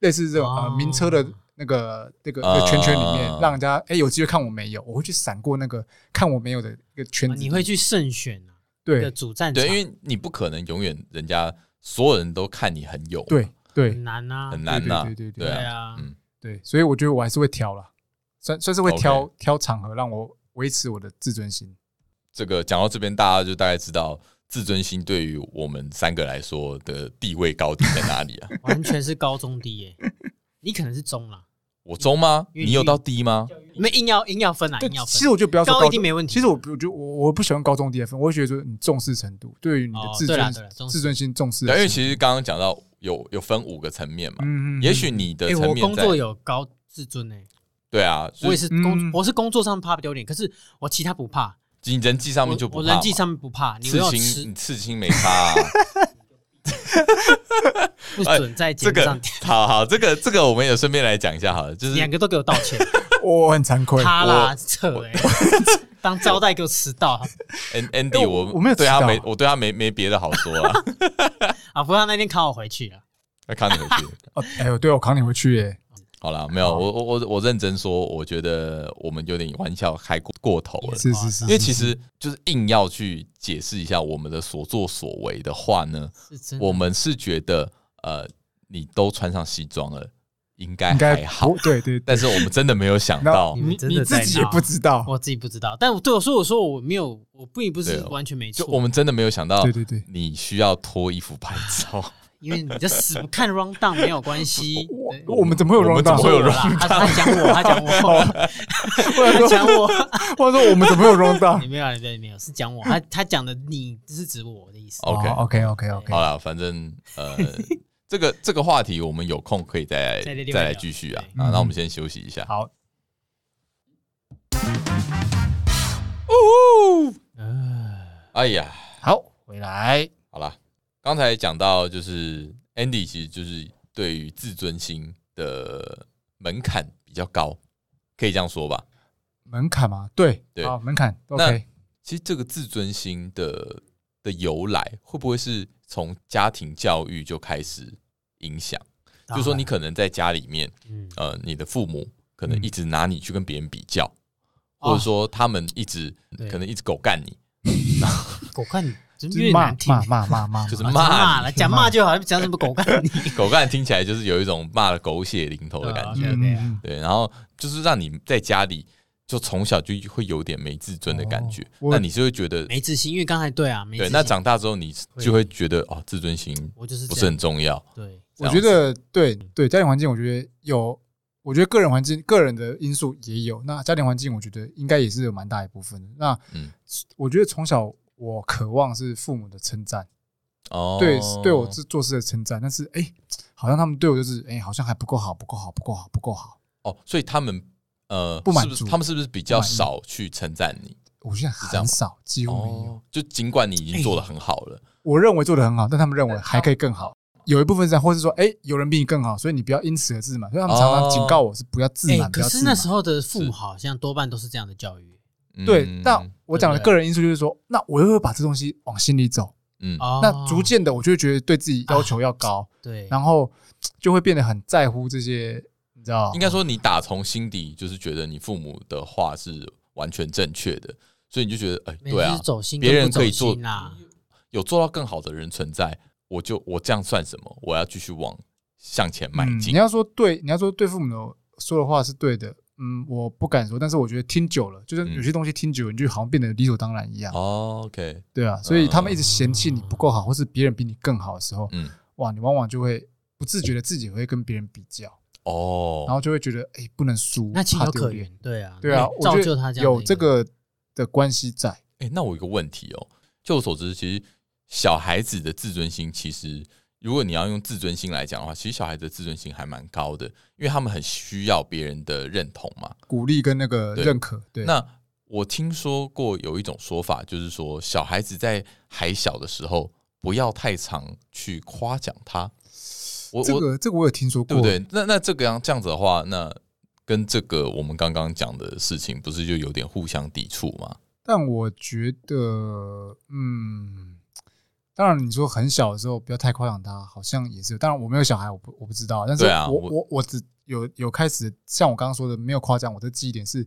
类似这种呃哦名车的那个那个啊那个圈圈里面，让人家哎有机会看我没有，我会去闪过那个看我没有的一个圈啊子。你会去慎选啊，一个对主战场对，因为你不可能永远人家所有人都看你很有，嗯对对很难啊，很难呐对对对对对对啊啊嗯，对，所以我觉得我还是会挑啦，算算是会挑 OK 挑场合让我维持我的自尊心。这个讲到这边，大家就大概知道自尊心对于我们三个来说的地位高低在哪里 啊？完全是高中低耶，你可能是中啦，我中吗？因为你有到低吗？没硬要硬要分啊，对硬要，其分实，我就不要说高高一定没问题其实我不我就我我不喜欢高中低的分，我会觉得说你重视程度，对于你的哦自对啦尊对啦重视自尊心重视的程度。对，因为其实刚刚讲到有有分五个层面嘛，嗯嗯嗯也许你的哎，层我面工在作有高自尊哎，对啊，我所也以是嗯工，我是工作上怕丢脸，可是我其他不怕，你人际上面我就不我怕人嘛际上面不怕，你没刺有青，你吃刺青没 差啊。不准在节这目个上，好好，这个这个我们也顺便来讲一下好了，就是两个都给我道歉，哦我很惭愧，他啦扯哎， 当招待给我迟到 An- 哎 Andy，我我我没有对迟他到没啊我对他没没别的好说 啊，啊，不过他那天考我回去啊了，那看你回去。哦，哎呦，对我扛你回去耶，好啦，没有，我我我我认真说，我觉得我们有点玩笑开过过头了也。是啊嗯是是，因为其实就是硬要去解释一下我们的所作所为的话呢，是真嗯的我们是觉得呃，你都穿上西装了，应该应该还好不，对对，对但是我们真的没有想那到，你真的你自在己也闹不知道，我自己不知道，但我对我说我说我没有，我并不是对哦完全没就错，我们真的没有想到对，对对，你需要脱衣服拍照，因为你这死不看 round down 没有关系。我对我们怎么会有 我们 round 怎么会有我 down？哦啦他他讲我，他 讲我，他我讲想说，我，我说我们怎么会有 round down？你 没有啊，你没有，是讲我，他他讲的你是指我的意思。哦 OK OK OK OK，好啦，反正呃，这个这个话题我们有空可以再再来另外再来聊继续啊。对啊，那我们嗯先休息一下。好，呃，哎呀，好，回来，好啦，刚才讲到就是 Andy，其实就是对于自尊心的门槛比较高，可以这样说吧。门槛嘛，对对好门槛那 OK，其实这个自尊心的的由来，会不会是从家庭教育就开始影响？就当然是说你可能在家里面，嗯，呃，你的父母可能嗯一直拿你去跟别人比较，哦或者说他们一直对可能一直狗干你，狗看你真就是越骂难听，骂骂骂骂， 就是啊骂骂你了，讲骂就好，讲什么狗看你。 狗干听起来就是有一种骂的狗血淋头的感觉。嗯嗯嗯对，然后就是让你在家里就从小就会有点没自尊的感觉，哦我那你就会觉得，没自信，因为刚才对啊，没自对，信。那长大之后你就会觉得哦，自尊心我就是不这是样很重要。对，我这样觉子得对对，家庭环境我觉得有，我觉得个人环境、个人的因素也有。那家庭环境我觉得应该也是有蛮大一部分的。那嗯我觉得从小我渴望是父母的称赞，哦，对对我是做事的称赞，但是哎、好像他们对我就是哎、好像还不够好，不够好，不够好，不够好。哦，所以他们呃，不满是不是足他们是不是比较不满意少去称赞你？我现在这样很吗少，几乎没有。哎哦，就尽管你已经做的很好了，我认为做的很好，但他们认为还可以更好。有一部分是这样，或是说，哎、有人比你更好，所以你不要因此而自满。所以他们常常警哦告我是不要自哎满，，不可要自是满那。时候的父是母好像多半都是这样的教育对嗯，那我讲的对不对个人因素就是说，那我又会把这东西往心里走，嗯哦，那逐渐的我就会觉得对自己要求要啊高，对，然后就会变得很在乎这些，你知道应？该说你打从心底就是觉得你父母的话是完全正确的，所以你就觉得，哎，没对就啊是，走心别跟人不走可以做心啦，有做到更好的人存在，我就我这样算什么？我要继续往向前迈嗯你进。要说对，你要说对父母的说的话是对的，嗯，我不敢说，但是我觉得听久了，就是嗯有些东西听久了，你就好像变得理所当然一样，哦 OK，对啊。所以他们一直嫌弃你不够好，或是别人比你更好的时候，嗯，哇，你往往就会不自觉的自己会跟别人比较，哦，然后就会觉得，哎，不能输，那情有怕丢可脸原，对啊，对啊，那我造觉就得他这样的有一这个的关系在，哎、那我有一个问题哦，就我所知，其实小孩子的自尊心其实如果你要用自尊心来讲的话，其实小孩子的自尊心还蛮高的，因为他们很需要别人的认同嘛。鼓励跟那个对认可，对，那我听说过有一种说法，就是说小孩子在还小的时候，不要太常去夸奖他。我这我个这个我有听说对过，不对？那那这个样这样子的话，那跟这个我们刚刚讲的事情，不是就有点互相抵触吗？但我觉得，嗯，当然你说很小的时候不要太夸奖他，好像也是。当然我没有小孩，我不我不知道。但是我、对啊我我我我只有有开始像我刚刚说的，没有夸奖我的记忆点是。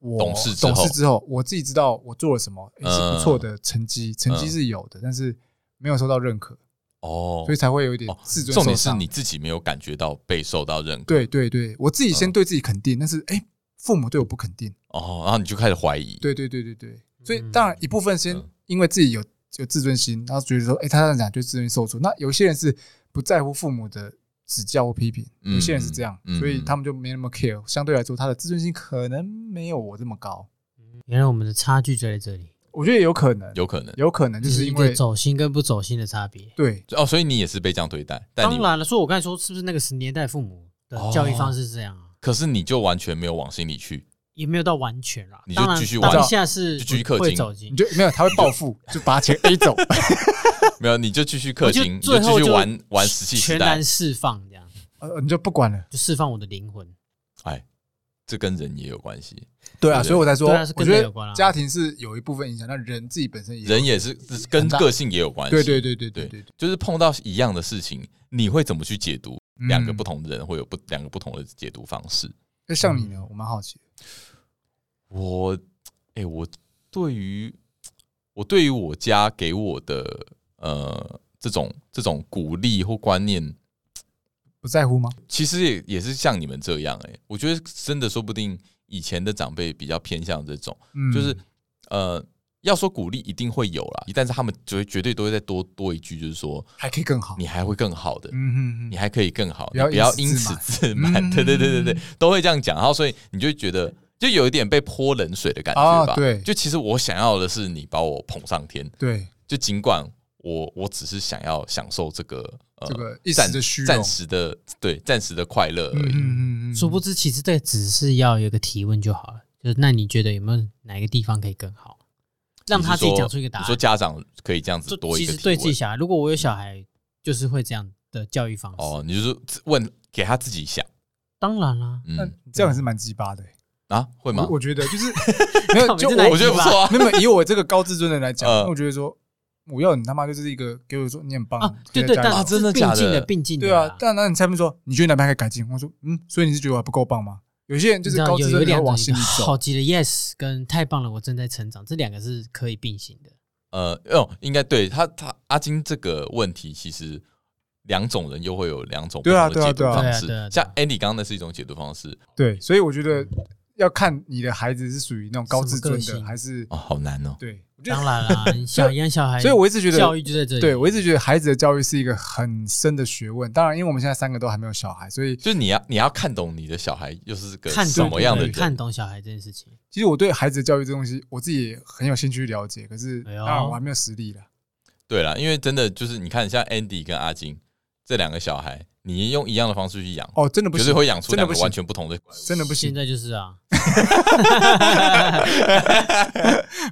我懂事之懂后事之后，我自己知道我做了什么，也是不错嗯的成绩，成绩是有的，但是没有受到认可，哦所以，才会有一点哦自尊重点受是伤。你自己没有感觉到被受到认可，对对对，我自己先嗯对自己肯定，但是哎、父母对我不肯定。哦，然后你就开始怀疑，对对对对对，所以嗯当然一部分先嗯因为自己有有自尊心，然后觉得说，哎、他这样讲就自尊受挫。那有些人是不在乎父母的指教或批评，嗯有些人是这样，嗯所以他们就没那么 care。相对来说，他的自尊心可能没有我这么高，原来我们的差距就在这里，我觉得有可能，有可能有可能就就是是一因个为走心跟不走心的差别。对哦，所以你也是被这样对待，但你当然了，所以我刚才说是不是那个时年代父母的教育方式是这样啊？可是你就完全没有往心里去，也没有到完全啦，你就当然继续玩当下是就继续氪金会走你心，就没有他会报复，就把钱 A 走。没有你就继续氪我就金，你最就后继续就玩玩石器时全代然，释放这样，呃，你就不管了，就释放我的灵魂。哎，这跟人也有关系，对啊，对所以我才说对啊是，我跟觉人有关得啊家庭是有一部分影响，那人自己本身也有人也是是跟很大个性也有关系，对对对对对对，对就是碰到一样的事情，你会怎么去解读？两个嗯不同的人会有不两个不同的解读方式。那像你嗯呢，我蛮好奇的，我，哎、我对于我对于我家给我的呃这种这种鼓励或观念，不在乎吗？其实也也是像你们这样、哎，我觉得真的说不定以前的长辈比较偏向这种，嗯，就是呃。要说鼓励一定会有啦，但是他们绝绝对都会再多多一句，就是说还可以更好。你还会更好的，嗯嗯你嗯，还可以更好，不你要不要因因此此自满满。对对对对对嗯，都会这样讲，然后所以你就觉得就有一点被泼冷水的感觉啊吧。对就其实我想要的是你把我捧上天，对，就尽管我我只是想要享受这个呃这个一暂时的虚荣暂，时的对暂时的快乐嗯而嗯已。嗯嗯，殊不知，其实这只是要有一个提问就好了，就是那你觉得有没有哪一个地方可以更好，让他自己你是说讲出一个答你案说。家长可以这样子就多一其个实提对自己问小孩，如果我有小孩，就是会这样的教育方式。哦，你就是自问给他自己想，当然啦，那嗯这样也是蛮鸡巴的欸，啊会吗我？我觉得就是 没有，靠就你这哪我我觉得不错啊，没有没有以我这个高自尊的来讲，呃那我觉得说我要你他妈就是一个给我说你很棒啊，对对，可以再但加油啊真的并假的进的并进的对啊啦，但那你下面说你觉得哪边还可以改进？我说嗯，所以你是觉得我还不够棒吗？有些人就是你知道高自有有尊，然两后往种心里好走，极了，yes，跟太棒了，我正在成长，这两个是可以并行的。呃，哦，应该对他他阿金这个问题，其实两种人又会有两种不对啊同的解读对啊啊对方对啊对啊式。对像啊 Andy 刚刚那是一种解读方式对，所以我觉得要看你的孩子是属于那种高自尊什么个性的，还是哦，好难哦。对，我觉得当然啦，你小养小孩，所以我一直觉得教育就在这里。对，我一直觉得孩子的教育是一个很深的学问。当然，因为我们现在三个都还没有小孩，所以就是你要你要看懂你的小孩又是个看懂什么样的对看人，懂小孩这件事情，其实我对孩子的教育这东西，我自己也很有兴趣了解。可是，哎呦当然我还没有实力了。对啦，因为真的就是你看，像 Andy 跟阿金这两个小孩，你用一样的方式去养，哦，真的不绝行，对会养出真的两不个行完全不同的。真的不现行，在就是啊，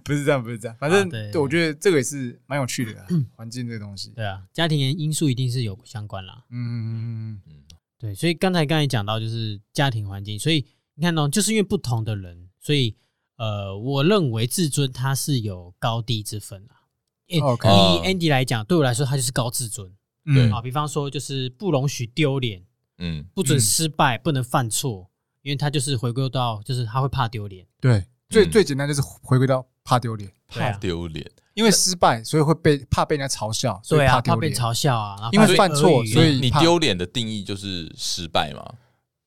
不是这样，不是这样。反正、啊对嗯对，我觉得这个也是蛮有趣的啊，环境这个东西。对啊，家庭因素一定是有相关啦。嗯，嗯，对，所以刚才刚才讲到就是家庭环境，所以你看哦，就是因为不同的人，所以呃，我认为自尊它是有高低之分啊。诶 OK 以哦 Andy 来讲，对我来说，他就是高自尊对嗯啊。比方说，就是不容许丢脸，嗯，不准嗯失败，不能犯错，因为他就是回归到，就是他会怕丢脸。对，最嗯最简单就是回归到怕丢脸，对啊怕丢脸，因为失败，所以会被怕被人家嘲笑，所对以啊，丢怕被脸。嘲笑啊，然后因为怕被犯错耳语啊所以你怕丢脸的定义就是失败嘛？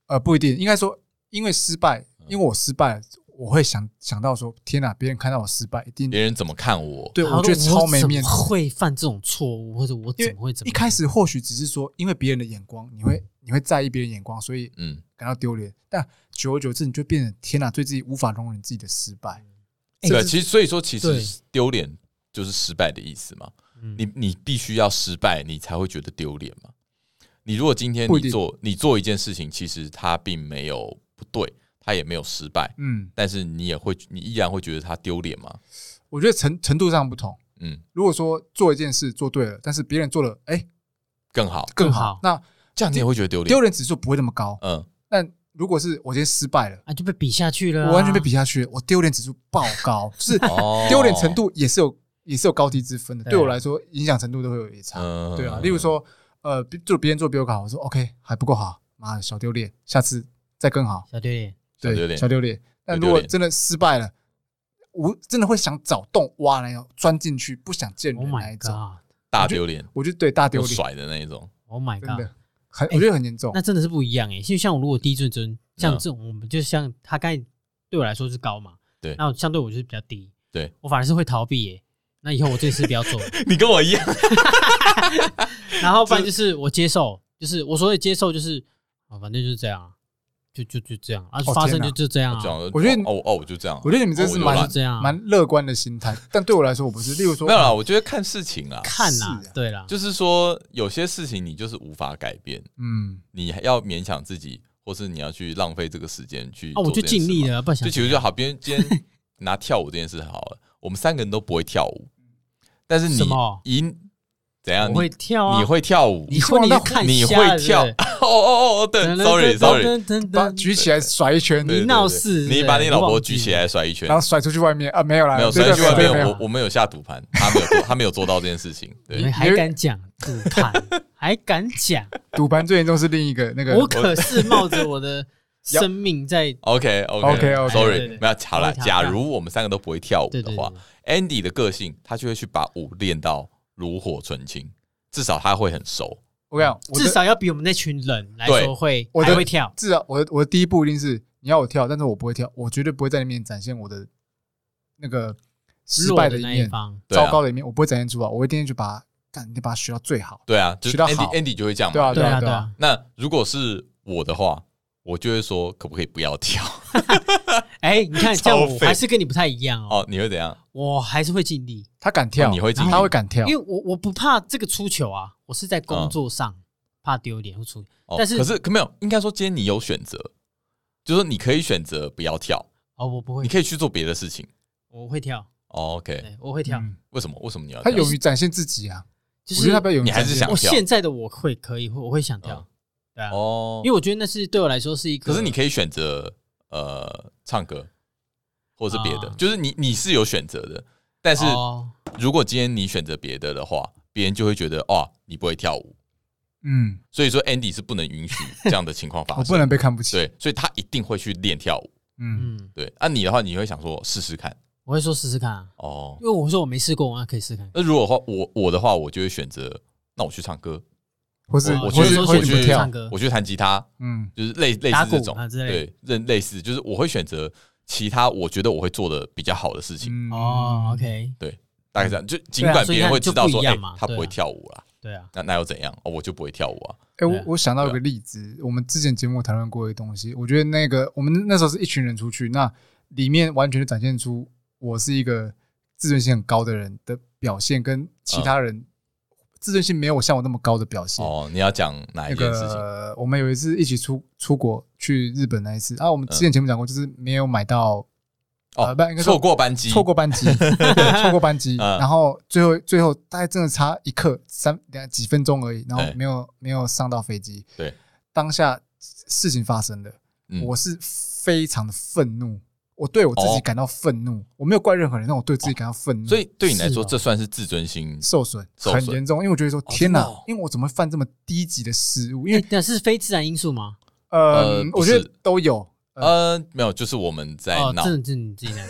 呃，不一定，应该说，因为失败，嗯因为我失败了，我会想想到说，天哪，别人看到我失败，一定别人怎么看我？对然后我觉得超没面我怎么。子会犯这种错误，或者我因怎为么会怎么一开始或许只是说，因为别人的眼光，你会你会在意别人眼光，所以嗯，感到丢脸。但久而久之，你就变成天哪，对自己无法容忍自己的失败。哎对啊，这其实所以说，其对实丢脸就是失败的意思嘛。嗯你你必须要失败，你才会觉得丢脸嘛。你如果今天不一你定做你做一件事情，其实它并没有不对，它也没有失败，嗯，但是你也会你依然会觉得它丢脸嘛。我觉得程程度上不同。嗯，如果说做一件事做对了，但是别人做了，哎、更好，更更好好，那这样你也会觉得丢脸丢。脸指数不会那么高。嗯，但如果是我今天失败了，啊，就被比下去了啊、我完全被比下去了，我丢脸指数爆高，就是哦丢脸程，度也是有也是有高低之分的。对对我来说，影响程度都会有一差。嗯对啊，例如，说，呃，比就别人做比我好，我说 OK 还不够好，妈的小丢脸，下次再更好。小丢脸，小丢对，脸小丢脸。但如丢果脸真的失败了，我真的会想找洞挖来钻进去，不想见 Oh 人 那 my 一种。 god！Oh 大丢脸，我就对大丢又脸，甩的那一种， ，Oh my 真 god！啊的很，我觉得很严重那。真的是不一样哎、欸，因为像我如果低自尊，像嗯这种我们就像他刚才对我来说是高嘛，对那相对我就是比较低，对我反而是会逃避耶、欸那以后我这次不要 做，你跟我一样，然后不然就是我接受，就是我所谓接受就是啊，反正就是这样啊，就就就这样啊，哦发生天哪就就这样这样啊，我觉得哦哦，我就这样啊，我觉得你们这是哦我就蛮懒就这样啊蛮乐观的心态，但对我来说，我不是。例如说，没有啦，我觉得看事情啦，看啦是啊，对啦，就是说有些事情你就是无法改变，嗯，你还要勉强自己，或是你要去浪费这个时间去。啊，我就尽力。了，不然想就其实就好，别人今天拿跳舞这件事好了，我们三个人都不会跳舞，但是你什么赢怎样？我会你跳啊，你会跳舞？你说你是看你瞎了会跳？ 哦哦哦，对，sorry sorry，把，sorry，举起来甩一圈，对你闹事对是对不是你把你老我婆忘记举起来甩一圈然，后甩出去外面啊，没有啦，没有对对甩出去外对面对，对我我们有下赌盘，他没有做，他 没有做到这件事情。你对们，还敢讲赌 盘，还敢讲，赌盘最严重是另一个那个 我可是冒着我的生命在 OK OK OK，OK sorry，对对对没有好了。我会跳假如我们三个都不会跳舞对的对话对对，Andy 的个性他就会去把舞练到炉火纯青，至少他会很熟。我跟你讲，我的至少要比我们那群人来对说会我的还会跳，至少我的我的第一步一定是你要我跳，但是我不会跳，我绝对不会在那面展现我的那个失败弱一那一面、方，对啊糟糕的一面，我不会展现出来，我一定去把它干，你把它学到最好。对啊，就是学到好 Andy Andy 就会这样嘛。对啊对啊对对啊啊，那如果是我的话，我就会说可不可以不 要跳？哎，你看这样超我废还是跟你不太一样哦，哦，你会怎样？我还是会尽力，他敢跳，哦你会进去他会敢跳因为，我我不怕这个出糗啊，我是在工作上怕丢脸或出，哦，但是可是可没有，应该说今天你有选择，就是说你可以选择不要跳，哦，我不会你，可以去做别的事情。我会跳，哦 OK，对，我会跳，嗯为什么？为什么你要他跳？勇于展现自己啊！就我是觉得他比较勇于你还展是现，想我跳现在的我会可以，会我会想跳嗯，对啊，哦因为，我觉得那是对我来说是一个，可是你可以选择呃唱歌，或是别的，啊就是你你是有选择的。但是哦如果今天你选择别的的话，别人就会觉得哦，你不会跳舞。嗯，所以说 Andy 是不能允许这样的情况发 我生。不能被看不起。，对，所以他一定会去练跳舞。嗯，嗯，对，按、你的话，你会想说试试看我会说试试看啊，哦因。为我说我没试过，我那可以试试看。那如果的话，我我的话，我就会选择，那我去唱歌，或是我我或去是说或我是你不去跳唱，歌我去弹吉他，嗯，就是类类打似鼓这种啊之类对，类类似就是我会选择其他我觉得我会做的比较好的事情，嗯哦，OK，大概这样。就尽对啊管所以别人那会就知道不说，一哎、样嘛他不对会啊跳舞啦，对啊，那那又怎样？哦，我就不会跳舞啊。哎、对我啊我想到一个例子，我们之前节目讨论过一个东西，我觉得那个我们那时候是一群人出去，那里面完全展现出我是一个自尊心很高的人的表现，跟其他人、自尊心没有像我那么高的表现。嗯哦，你要讲哪那一件事情？个我们有一次一起出出国去日本那一次啊，我们之前节目讲过，就是没有买到呃嗯哦不应该，说错过班机，错过班机， 对错过班机，嗯然后最后最后大概真的差一刻三两几分钟而已，然后对没有没有上到飞机。对，当下事情发生的，嗯我是非常的愤怒，我对我自己哦感到愤怒，我没有怪任何人，但我对自己感到愤怒，嗯所以对你来是说，哦这算是自尊心受损受很损严重，因为我觉得说天哪真的哦，因为我怎么会犯这么低级的失误？因为哎那是非自然因素吗？呃呃，不我觉得是都有。呃呃，没有，就是我们在哦，闹，这这你自己 来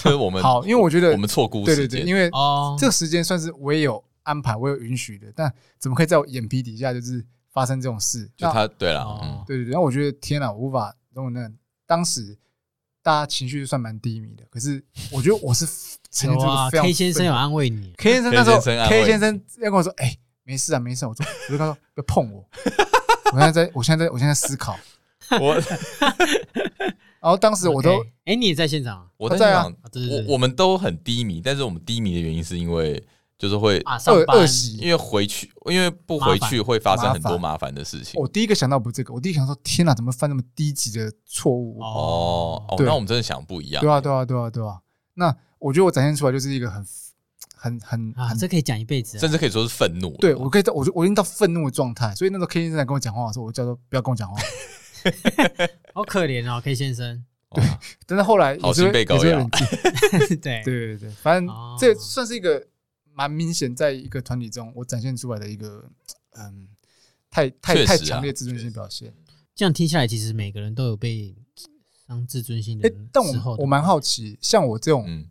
就是我们好，因为我觉得我们错估对时对对，间，因为哦，这个时间算是我也有安排，我有允许的，但怎么可以在我眼皮底下就是发生这种事？就那他对了，嗯哦，对对对，然后我觉得天哪，我无法容忍。当时大家情绪算蛮低迷的，可是我觉得我是 呈现出有一个啊非常，K 先生有愤安慰你， K 先生那时 K 先候生安 K 慰先生要跟我说：“哎、没事啊，没事、啊。”我说：“我就跟他说不要碰我。” 我现在在，我现在在，我现在思考。嗯 我然后当时我都哎 OK 哎哎，你也在现场啊？我他在在啊想，啊对对我对我们都很低迷，但是我们低迷的原因是因为就是会啊，上恶班恶习因。为回去，因为不回去会发生很多麻烦的事情我。第一个想到不是这个，我第一个想说，天哪，怎么犯那么低级的错误？哦哦，对那我们真的想不一样。对啊，对啊，对啊，对啊。那我觉得我展现出来就是一个很、很、很、啊，很，这可以讲一辈子啊。甚至可以说是愤怒。哦对我可以到，我就我已经到愤怒的状态。所以那时候 K 先生来跟我讲话的时候，我叫他不要跟我讲话。 好可怜哦，K 先生。 对，但是后来好也心是会被也狗是会咬冷静。对，对对对，反正哦这算是一个蛮明显，在一个团体中我展现出来的一个嗯，太太确太实啊嗯强烈自尊心表现。这样听下来，其实每个人都有被伤自尊心的哎时候，但我我蛮好奇，像我这种嗯，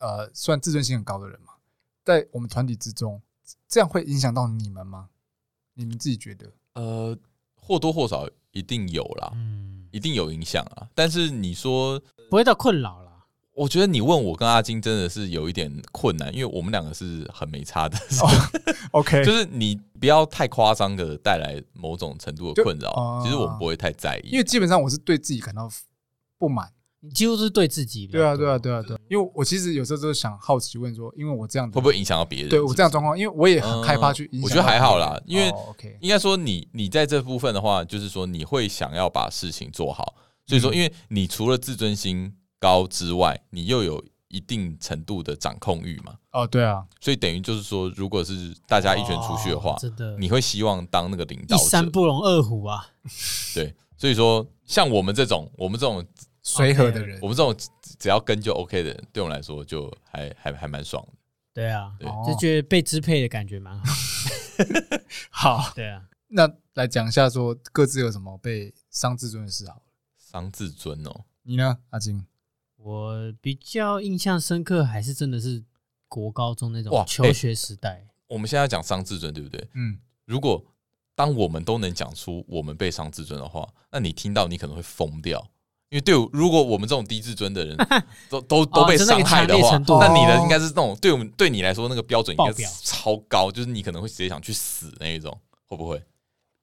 呃，算自尊心很高的人嘛，在我们团体之中，这样会影响到你们吗？你们自己觉得？呃，或多或少一定有啦，嗯，一定有影响啊。但是你说，不会到困扰啦。我觉得你问我跟阿金真的是有一点困难，因为我们两个是很没差的，哦 OK，就是你不要太夸张的带来某种程度的就困扰哦。其实我们不会太在因意为，基本上我是对自己感到不满。你几乎是对自己比较对啊，多对啊，对啊，对啊。因为我其实有时候都想好奇问说，因为我这样的嗯会不会影响到别人？对我这样的状况，因为我也很嗯害怕去影响到别人。我觉得还好啦因为哦 OK，应该说你你在这部分的话，就是说你会想要把事情做好，所以说，嗯因为你除了自尊心高之外，你又有一定程度的掌控欲嘛，哦，对啊，所以等于就是说，如果是大家一拳出去的话哦，真的你会希望当那个领一导山者，不容二虎啊。对，所以说像我们这种，我们这种随和的人我，们这种只只要跟就 OK 的人，对我们来说就还还还蛮爽的。对啊，对哦就觉得被支配的感觉蛮好。 好。对啊，那来讲一下说各自有什么被伤自尊的事好了。伤自尊哦，你呢，阿金？我比较印象深刻还是真的是国高中那种哇求哎学时代。我们现在讲伤自尊，对不对？嗯，如果当我们都能讲出我们被伤自尊的话，那你听到你可能会疯掉，因为对我，如果我们这种低自尊的人 都都都哦被就那伤个害的强烈话程，度那你的哦应该是那种对我们对你来说那个标准应该爆表是超高，就是你可能会直接想去死那一种，会不会？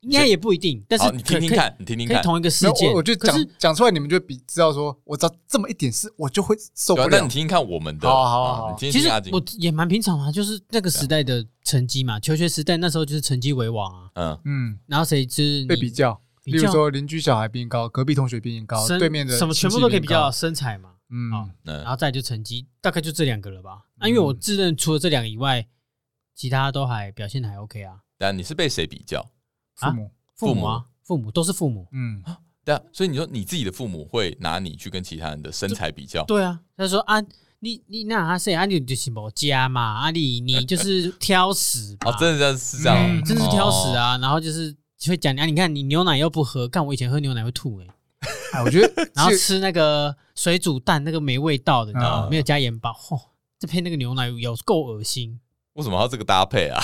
应该也不一定，但是好，你听听可，看，你听听可以可看以，同一个没事有件，我我就可讲是讲出来，你们就比知道说，我只要这么一点事，我就会受对不啊，那你了。听听看我们的，好啊好啊啊好啊你其听听实听阿金我，也蛮平常啊，就是那个时代的成绩嘛，求学时代那时候就是成绩为王啊，嗯，嗯，然后谁知被比较，比例如较说邻居小孩比你高，隔壁同学比你高，身对面的什么亲全戚部都可以比比你高较，身材嘛，嗯啊，嗯然后再就成绩，大概就这两个了吧。啊那因为我自认除了这两个以外，其他都还表现得还 OK 啊，但你是被谁比较？父母，父母啊，父母都是父母，嗯，对啊，所以你说你自己的父母会拿你去跟其他人的身材比较，对啊，他说啊，你你那他谁啊，你就是没家嘛，啊你你就是挑食 哦嘛，，真的是这样哦，嗯真的啊是挑食哦啊，然后就是会讲啊，你看你牛奶又不喝，看我以前喝牛奶会吐哎、哎，我觉 得然后这吃那个水煮蛋，那个没味道的，你知道吗？嗯没有加盐巴，嚯、这配那个牛奶有够恶心，为什么要这个搭配啊？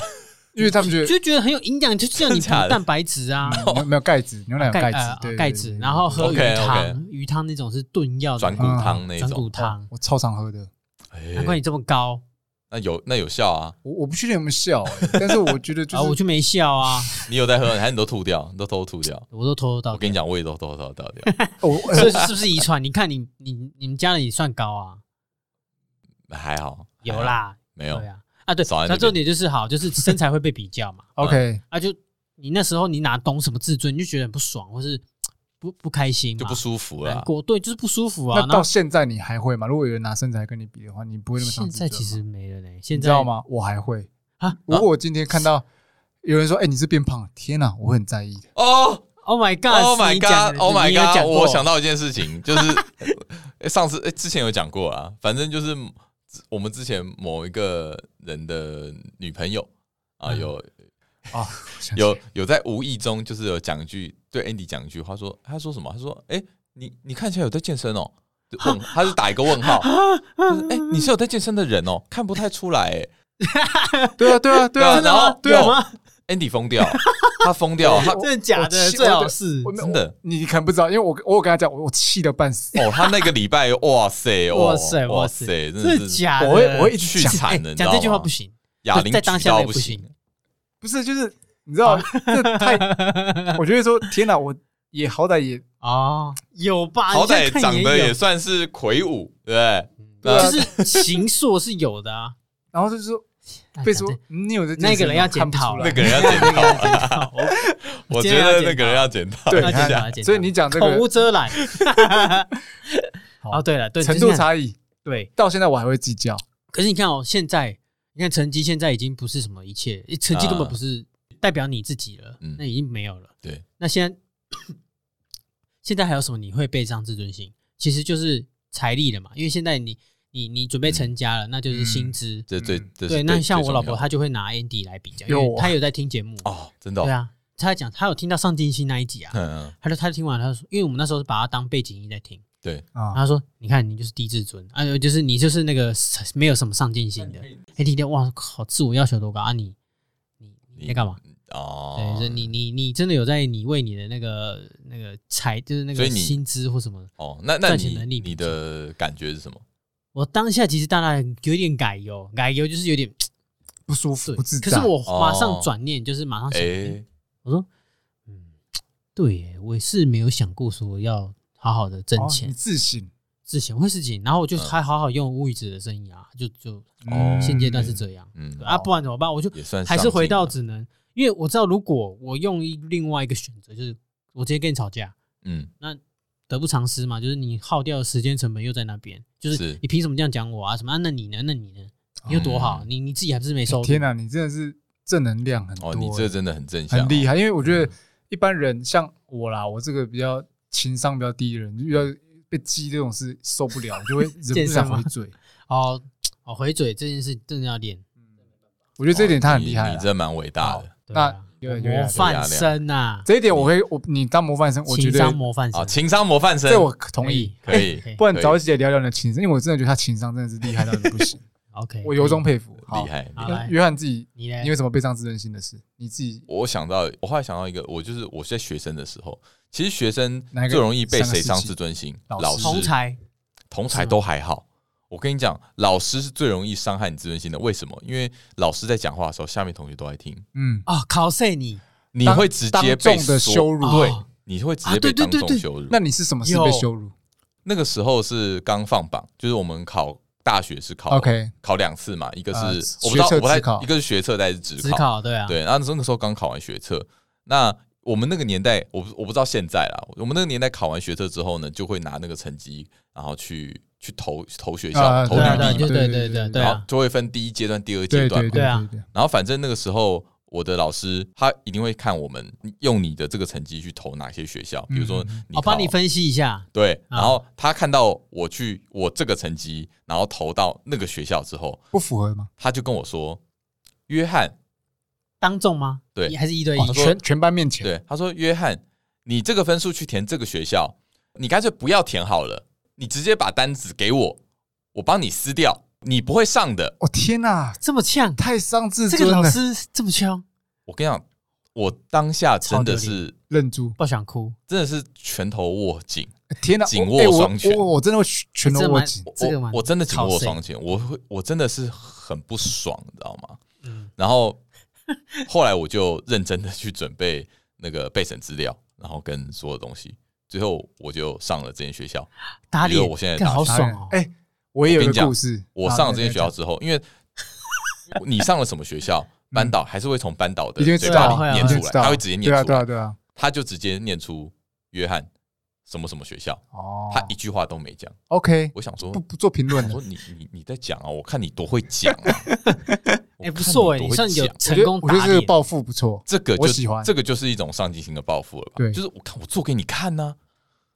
因为他们觉得就觉得很有营养，就是要你真的假补的蛋白质 啊，嗯没有没有钙质，牛奶有钙呃质，对钙质，然后喝鱼 OK，OK 汤，鱼汤那种是炖药的嗯转骨汤那转骨种，汤，我超常喝的，哎难怪你这么高，那有那有效啊！我我不确定有没有效， 哎但是我觉得然后我就是就没笑啊，你有在喝，还是你都吐掉，你都偷 吐掉。我都偷偷我到。跟你讲，我也都偷偷倒掉，哦我 这是不是遗传？你看你你你们家人也算高啊，还好有，啦，没哎有对啊，啊对，少在那那边重点就是好，就是身材会被比较嘛， OK，啊，就你那时候你哪懂什么自尊，你就觉得很不爽，或是不不开心嘛，就不舒服啊难啦。过，对，就是不舒服啊。那然到后现在你还会吗？如果有人拿身材跟你比的话，你不会那么伤现自在尊吗其实没了呢，你现在知道？吗？我还会啊如果我今天看到有人说，哎，你是变胖了，天哪，我会很在意 的。哦 Oh my ，Oh God！是 my 你讲的 God，Oh 你 my 也讲 God！过我想到一件事情，就是 诶上次诶哎之前有讲过啊，反正就是我们之前某一个人的女朋友啊，嗯有啊，我想起有有在无意中就是有讲一句对 Andy 讲一句，话说他说什么？他说：“哎、你你看起来有在健身哦。”就问他是打一个问号，就是哎、你是有在健身的人哦，看不太出来哎、对啊，对啊，对啊，真的吗然后对有啊，吗？Andy 疯掉，他疯 掉，他真的假我的？气最我好的是我没有真的你可能不知道，因为我我有跟他讲，我我气得半死， 哦，他那个礼拜，哇塞，哦 哇塞哇哇塞，塞真的真的是假的？我会我会一直去讲惨的，哎你讲知这道句话吗不，行，哑铃在当举下到也不行行，不是就是你知啊道，这 太，我就会说天哪，我也好歹也哦，有吧？好歹你现在看长得也也有， 算是魁梧，对不对？就是形硕是有的啊。然后就是说哎被讲说这嗯你有在健那个身人吗要看检不讨出了，来那个人要 那个检讨人要检 讨，我觉今天要得检 那个人要检讨，对要你检讨想要检讨所以你讲这口无个遮 拦。哦，对了，对程就度是那差异，对，到现在我还会计较。可是你看哦，现在你看成绩现在已经不是什么一切，诶成绩根本不是代表你自己了，啊嗯那已经没有了。对，那现在 现在还有什么你会背上自尊心？其实就是财力了嘛，因为现在你你你准备成家了，那就是薪资。这最嗯这对，是最那像我最重老要婆，她就会拿 Andy 来比较，因有为啊她有在听节目。哦，真的哦对，啊，她在讲，她有听到上进心那一集啊，嗯，嗯她就她就听完，她就说，因为我们那时候是把它当背景音在听。对，啊然后，他说：“你看，你就是低自尊啊，呃就是你就是那个没有什么上进心的。哎，你的哇靠，自我要求多高啊你？你你在干嘛？哦对，，是你你你真的有在你为你的那个那个财，就是那所个以你薪资或什么？哦，那那赚钱你能力比你较的感觉是什么？我当下其实当然有点改油，改油就是有点不舒服，对，不自可在。哦是我马上哦转念，就是马上想，诶哎，我说，嗯，对耶，我是没有想过说要好好的挣哦钱你，自省之前会事情，然后我就嗯还好好用物质的生意啊，就就嗯哦现阶段是这样。嗯，对啊，不然怎么办？我就也算还是上进回到吧只能，因为我知道，如果我用一另外一个选择，就是我直接跟你吵架，嗯，得不偿失嘛。就是你耗掉的时间成本又在那边，就是是你凭什么这样讲我啊？什么啊？那你呢？那你呢？你有多好？嗯你你自己还不是没收入？哎天哪、你真的是正能量很多、哦，你这真的很正向，很厉害，害，因为我觉得一般人像我啦，我这个比较情商比较低的人，遇到被激这种事受不了，我就会忍健不身想吗回嘴。哦哦，回嘴这件事真的要练。我觉得这一点他很厉害哦你啦你，这蛮伟大的对那啊有有有模有范生呐，这一点我会，我你当模范生，我觉情商得模范啊，生，情商模范生，这我同意。可 以可以不然可以找姐姐聊聊你的情商，因为我真的觉得他情商真的是厉害到你不行， OK，我由衷佩服。好厉，害。好厉害来约翰自己，你呢？你有什么背上自尊心的事？你自己我想到，我后来想到一个，我就是我在学生的时候，其实学生哪个最容易被上个谁世伤纪自尊心？老老师师、同才同是才吗都还好。我跟你讲，老师是最容易伤害你自尊心的。为什么？因为老师在讲话的时候，下面同学都在听，嗯，啊，考试你你当会直接被当众的说羞辱对哦，你会直啊接对被对当对众对羞辱。那你是什么事有被羞辱那个时候是刚放榜，就是我们考大学是考？OK，考两次嘛，一个是、呃我不知道，学测我不太指考一个是学测，再是职只考对啊，对，然后那时候那时候刚考完学测，那我们那个年代，我不我不知道现在啦，我们那个年代考完学测之后呢，就会拿那个成绩，然后去去投投学校、啊投对履啊历对啊嘛就对对对对啊然后就会分第一阶段、第二阶对段对嘛。对啊对，然后反正那个时候，我的老师他一定会看我们用你的这个成绩去投哪些学校，比如说嗯你我哦帮你考分析一下，对，啊然后他看到我去我这个成绩，然后投到那个学校之后，不符合吗？他就跟我说：“约翰，当众吗？对一还是一对一哦？他说全全班面前，对，他说：“约翰，你这个分数去填这个学校，你干脆不要填好了，你直接把单子给我，我帮你撕掉，你不会上的。我、哦天哪、这么呛，太伤自这个尊了老，师这么呛，”我跟你讲，我当下真的超丢是愣住！不想哭，真的是拳头握紧，天哪、紧我哎握我双拳我我真的会拳头握紧哎这，这我个蛮我真的紧握靠双拳，我会我真的是很不爽，你知道吗？嗯，然后后来我就认真的去准备那个备审资料，然后跟所有东西，最后我就上了这间学校。打因脸，为我现在干打好当爽然哦，哎、我也有我一跟你个讲故事，我啊上了这间学校，你之后，因为你上了什么学校，嗯班导还是会从班导的一定会嘴知巴道里念一定啊会出来，知道他会直接再讲对念啊出对啊来，对啊，他就直接念出约翰什么什么学校，哦，他一句话都没讲。 OK，我想说不，不做评论我了说。你你你在讲啊，我看你多会讲 啊，哎，不错哎，哎，你算有我成觉得功我觉得打这个脸，报复不错，这个就我喜欢这个就是一种上进心的报复了吧？对就是我看我做给你看呢，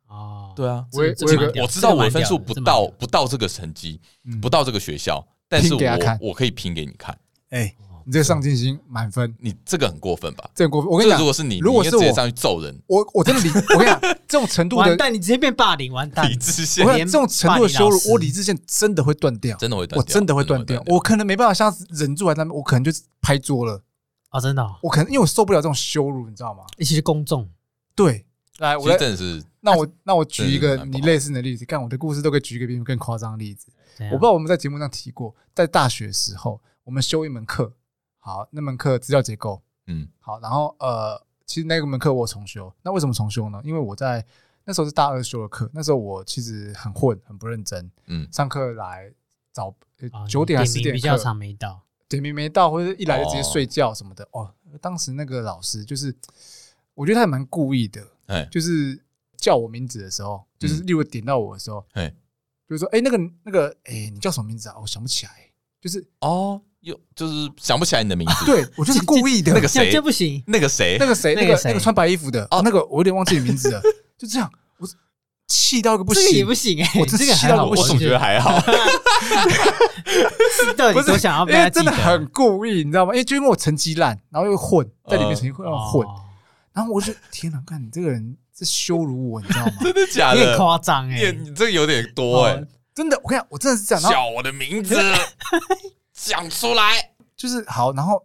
哦，对啊，我也这我个有蛮个屌我知道我的这个蛮分屌数的不这个蛮到屌的不到这个成绩，嗯不到这个学校，但是拼给他看我我可以拼给你看，哎，你这个上进心满分，你这个很过分吧？这个过分。我跟这你个讲如，果是你，如果你应该是直接我上去揍人，我我真的理，我跟你讲，这种程度的完，蛋，你直接变霸凌，完蛋 理，智我线跟你连讲这种程度的羞霸凌辱老师，我理智线真的会断掉，真的会断掉，我真的会断掉，我可能没办法像忍住在那边，我可能就是拍桌了，哦，真的哦，我可能因为我受不了这种羞辱，你知道吗？其实公众对，来，我其实来，真的是那 我那我举一真的个是蛮不你好哎类似的例子，看我的故事都可以举一个比你更夸张的例子。怎样我不知道我们在节目上提过，在大学时候我们修一门课，好，那门课资料结构，嗯好，然后呃，其实那个门课我有重修，那为什么重修呢？因为我在那时候是大二修的课，那时候我其实很混，很不认真，嗯上课来早呃啊九点还你是十点点名比较课长没到，点名没到，或者一来就直接哦睡觉什么的。哦，当时那个老师就是，我觉得他也蛮故意的，哎就是叫我名字的时候，嗯就是例如点到我的时候，哎就是说，哎、那个那个，哎、你叫什么名字啊？我想不起来， 就是哦，又就是想不起来你的名字，对我就是故意的。那个这样谁这样不行，那个谁那，个谁，那那个个谁那个穿白衣服的，哦哦，那个我有点忘记你名字了， 就这样，我气到一个不这个也行不。行哎、我这真个气还到好，我我总觉得还好，到底不是多想啊要因被他为记真得的很故意，你知道吗？因为就因为我成绩烂，然后又混在里面，呃成绩混，然后混，哦然后我就天哪，看你这个人是羞辱我，你知道吗？真的假有点的？夸张你哎也，你这个有点多哎，真的，我跟你讲，我真的是这样。然后叫我的名 字，讲出来。就是好，然后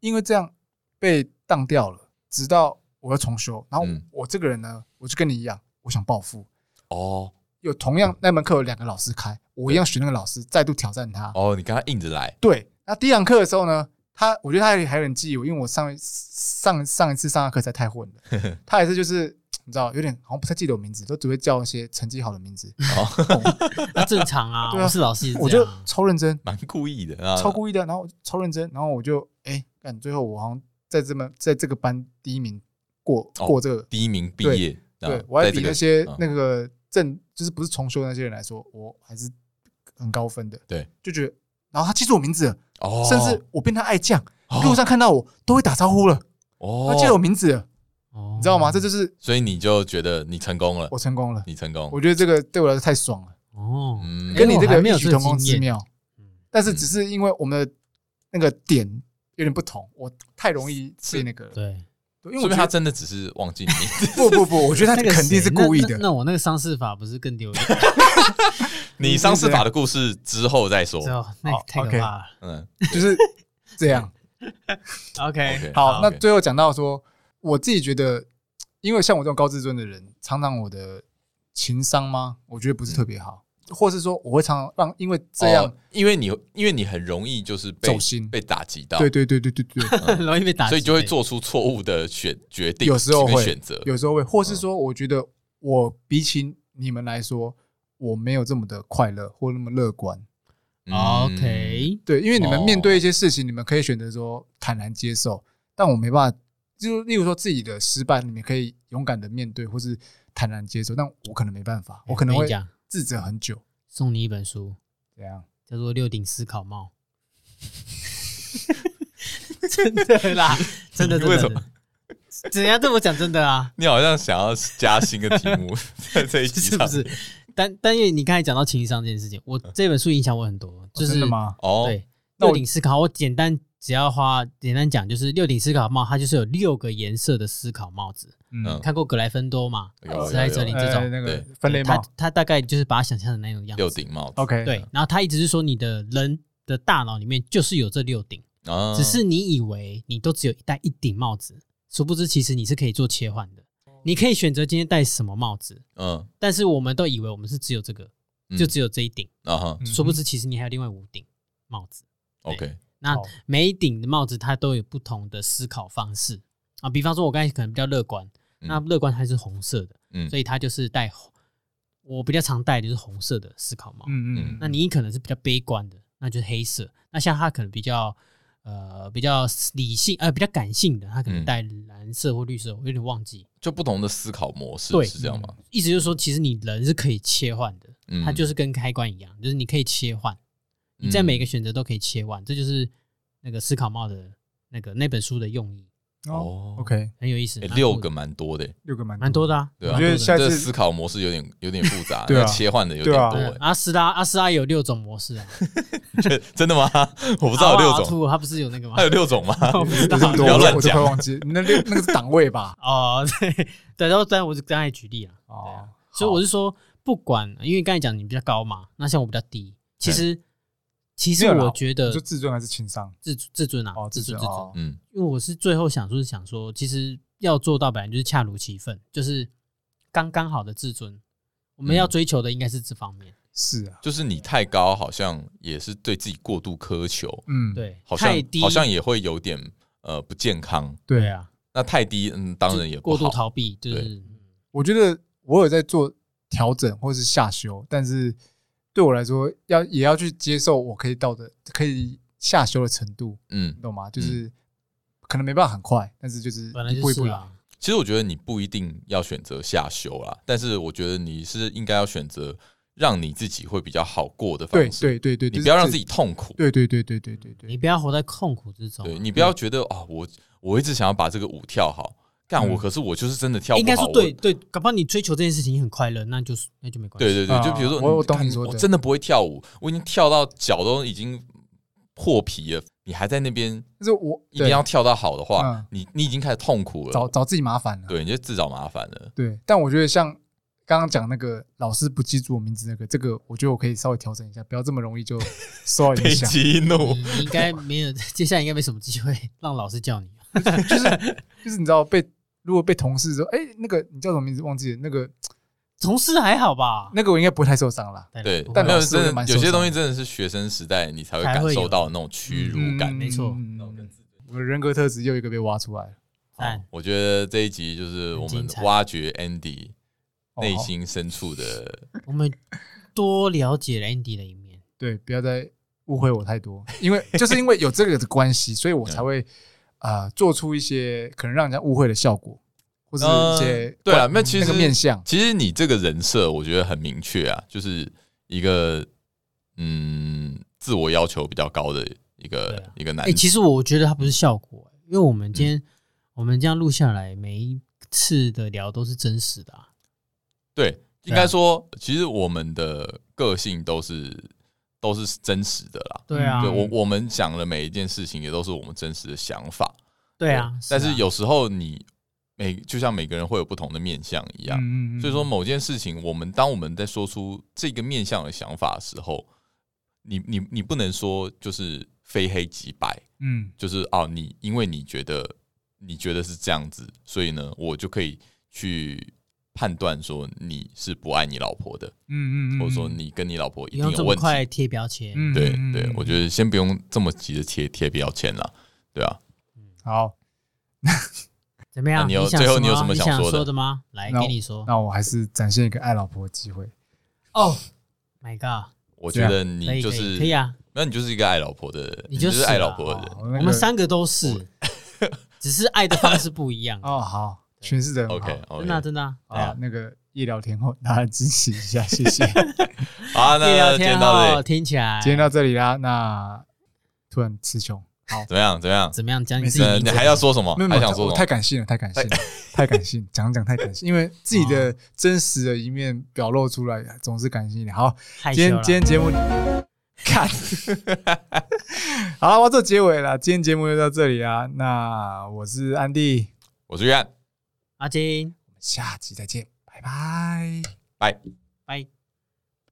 因为这样被当掉了，直到我要重修。然后嗯我这个人呢，我就跟你一样，我想报复。哦有同样那门课有两个老师开，我一样学那个老师，再度挑战他。哦，你跟他硬着来，对，那第一堂课的时候呢，他我觉得他还还有点记忆我，因为我上一上上一次上的课实在太混了，他也是就是你知道有点好像不太记得我名字，都只会叫一些成绩好的名字，哦 哦那正常 啊，对啊我是老师也是我这就样啊，超认真，蛮故意的啊，超故意的，然后我就超认真，然后我就哎干，最后我好像在这么在这个班第一名过哦过这个，第一名毕对业，啊对我还在比这那个些嗯那个正就是不是重修的那些人来说，我还是很高分的，对，就觉得，然后他记住我名字了，哦，甚至我变他爱将，哦路上看到我都会打招呼了。哦嗯他记得我名字了，哦你知道吗？这就是所以你就觉得你成功了，我成功了。你成功我，觉得这个对我来说太爽了，哦，嗯，跟你这我还个没有异曲这个同工经之验妙嗯。但是只是因为我们的那个点有点不同，我太容易被那个了，对，对因为说我明觉得他真的只是忘 记你名字，不不不，我觉得他那个肯定谁是故意那的那。那我那个伤势法不是更丢脸？你上司法的故事之后再说，之后那个好太可 OK 怕了。嗯，就是这样。 OK， OK 哎好，那 OK 最后讲到说，我自己觉得，因为像我这种高自尊的人，常常我的情商吗？我觉得不是特别好，或是说我会常常让因为这样嗯哦，因为你因为你很容易就是被走心被打击到，对对对对对对，嗯很 容易被打击，所以就会做出错误的选决定，有时候跟会选择，有时候会，嗯或是说，我觉得我比起你们来说，我没有这么的快乐或那么乐观。嗯 OK，对，因为你们哦面对一些事情，你们可以选择说坦然接受，但我没办法。就例如说自己的失败，你们可以勇敢的面对，或是坦然接受。但我可能没办法，我可能跟会哎你讲，自责很久。送你一本书，怎样？叫做《六顶思考帽》。 真的 啦，真的真为的什真么的，怎样对我讲真的 啊？你好像想要加新的题 目在这一集是上，不是？但但因为你刚才讲到情商这件事情，我这本书影响我很多，就是真的吗？哦，对，那六我顶思考，我简单只要花简单讲，就是六顶思考帽，它就是有六个颜色的思考帽子。嗯看过格莱芬多嘛？有有史莱哲林这呃种那个对分类它帽。它大概就是把它想象成那种样六子。顶帽子， OK，，对，然后它一直是说你的人的大脑里面就是有这六顶，啊只是你以为你都只有戴一顶帽子，殊不知其实你是可以做切换的，哦你可以选择今天戴什么帽子。嗯，但是我们都以为我们是只有这个，嗯就只有这一顶，啊哈嗯殊不知其实你还有另外五顶帽子。 ，OK，那好每一顶的帽子它都有不同的思考方式啊。比方说，我刚才可能比较乐观，嗯那乐观它是红色的，嗯所以它就是戴红。我比较常戴的就是红色的思考帽。嗯嗯那你可能是比较悲观的，那就是黑色。那像他可能比较呃比较理性呃比较感性的，他可能嗯戴蓝色或绿色，我有点忘记。就不同的思考模式对是这样吗？意思就是说，其实你人是可以切换的，嗯，它就是跟开关一样，就是你可以切换，你在嗯每个选择都可以切换，这就是那个思考帽的那个那本书的用意，哦哦，OK，很有意思。欸蛮六酷个的蛮多的欸，六个蛮蛮多的啊，对我啊，觉得下这次思考模式有点有点复 杂，对啊那切换的有对点啊多对欸啊。阿斯拉阿斯拉有六种模式啊， 真的吗？我不不知道有六种，，他不是有那个吗还？有六种吗？我不知道 有这么多，不要乱我都快讲忘记那六那个是档位吧？哦，对对，然后当然我就刚才举例了，哦，啊所以我是说，不管因为刚才讲你比较高嘛，那像我比较低，其实其实没有啦我觉得就自尊还是情商？自自尊啊哦，，自尊自尊哦，嗯因为我是最后想说是想说，其实要做到本来就是恰如其分，就是刚刚好的自尊。我嗯们要追求的应该是这方面，是啊，就是你太高，好像也是对自己过度苛求，嗯，对，好像太低好像也会有点呃不健康。对对啊，啊，那太低，嗯，当然也不过度好。逃避就是对嗯我觉得我有在做调整或是下修，但是对我来说，要也要去接受我可以到的、可以下修的程度，嗯你，懂吗？就是、可能没办法很快，但是就是本来一就步一是步来。啊，其实我觉得你不一定要选择下修啦，但是我觉得你是应该要选择让你自己会比较好过的对方式，对对对，你就是不要让自己。嗯痛苦，对对对对对对你对，不要活在痛苦之中啊。对你不要觉得啊，我我一直想要把这个舞跳好，干嗯我可是我就是真的跳不好，应该说我对对，搞不好你追求这件事情你很快乐，那就是那就没关系。对对对，啊就比如说，我我懂看你说的我真的不会跳舞，我已经跳到脚都已经破皮了，你还在那边就是我一定对要跳到好的话嗯，你你已经开始痛苦找了，找自己麻烦了。对，你就自找麻烦了。对，但我觉得像刚刚讲那个老师不记住我名字那个，这个我觉得我可以稍微调整一下，不要这么容易就受到影被响。激怒，你，你应该没有， 接下来应该没什么机会让老师叫你。啊就是你知道被如果被同事说，哎、那个你叫什么名字忘记了，那个同事还好吧？那个我应该不会太受伤啦。对不，会但但没吧有老师我真就的蛮有受些伤东西的真的是学生时代你才会才感会受有到那种屈辱感。没错嗯我的人格特质又一个被挖出来了。赞哦我觉得这一集就是我很精们彩挖掘 Andy 哦内好心深处的，我们多了解了 Andy 的一面。对，不要再误会我太多，因为就是因为有这个的关系，所以我才 会啊、呃做出一些可能让人家误会的效果，或者一些、呃对啊那其实那个面相，其实你这个人设我觉得很明确啊，就是一个嗯自我要求比较高的一对个啊一个男哎、，其实我觉得它不是效果、因为我们今天、嗯我们这样录下来，每一次的聊都是真实的、啊。对，应对啊该说其实我们的个性都是都是真实的啦。对啊，嗯对我，我们讲的每一件事情也都是我们真实的想法。对啊，但啊是有时候你每就像每个人会有不同的面相一样，嗯所以说某件事情，我们当我们在说出这个面向的想法的时候，你你你不能说就是非黑即白，嗯，就是哦，你因为你觉得你觉得是这样子，所以呢，我就可以去判断说你是不爱你老婆的，嗯嗯嗯，或者说你跟你老婆一不定用有这么问题。快贴标签。嗯，嗯对对，我得觉得先不用这么急着贴贴标签啦，对啊，好，怎么那样？你有想最后你有什什么你想想说的的吗？来，那给你说。那我还是展现一个爱老婆的机会。哦，My God，我这觉样得啊可你以就可以是可以啊，那你就是一个爱老婆的人，你你就是是啊爱啦老婆的人。哦那我们个三个都是，只是爱的方式不一样。哦好，诠释的 OK，哎真的啊真的啊，对啊啊，。那个夜聊天后，大家支持一下，谢谢。好，可以那聊今天天到这哦，里，听起来今天到这里啦，那突然词穷，好，怎么样？怎么样？怎么样？讲你自己呃，名你字还要说什么没有？没还有，哦想我说我什太么？感性了，太感性了，太感 性，讲讲太感性，因为自己哦的真实的一面表露出来，总是感性一点。好，害今羞了天啊今。天节 目，看， 好了，我要做结尾了，今天节目就到这里啊。那我是安迪，我是约翰，阿金，下期再见，拜拜。拜。拜。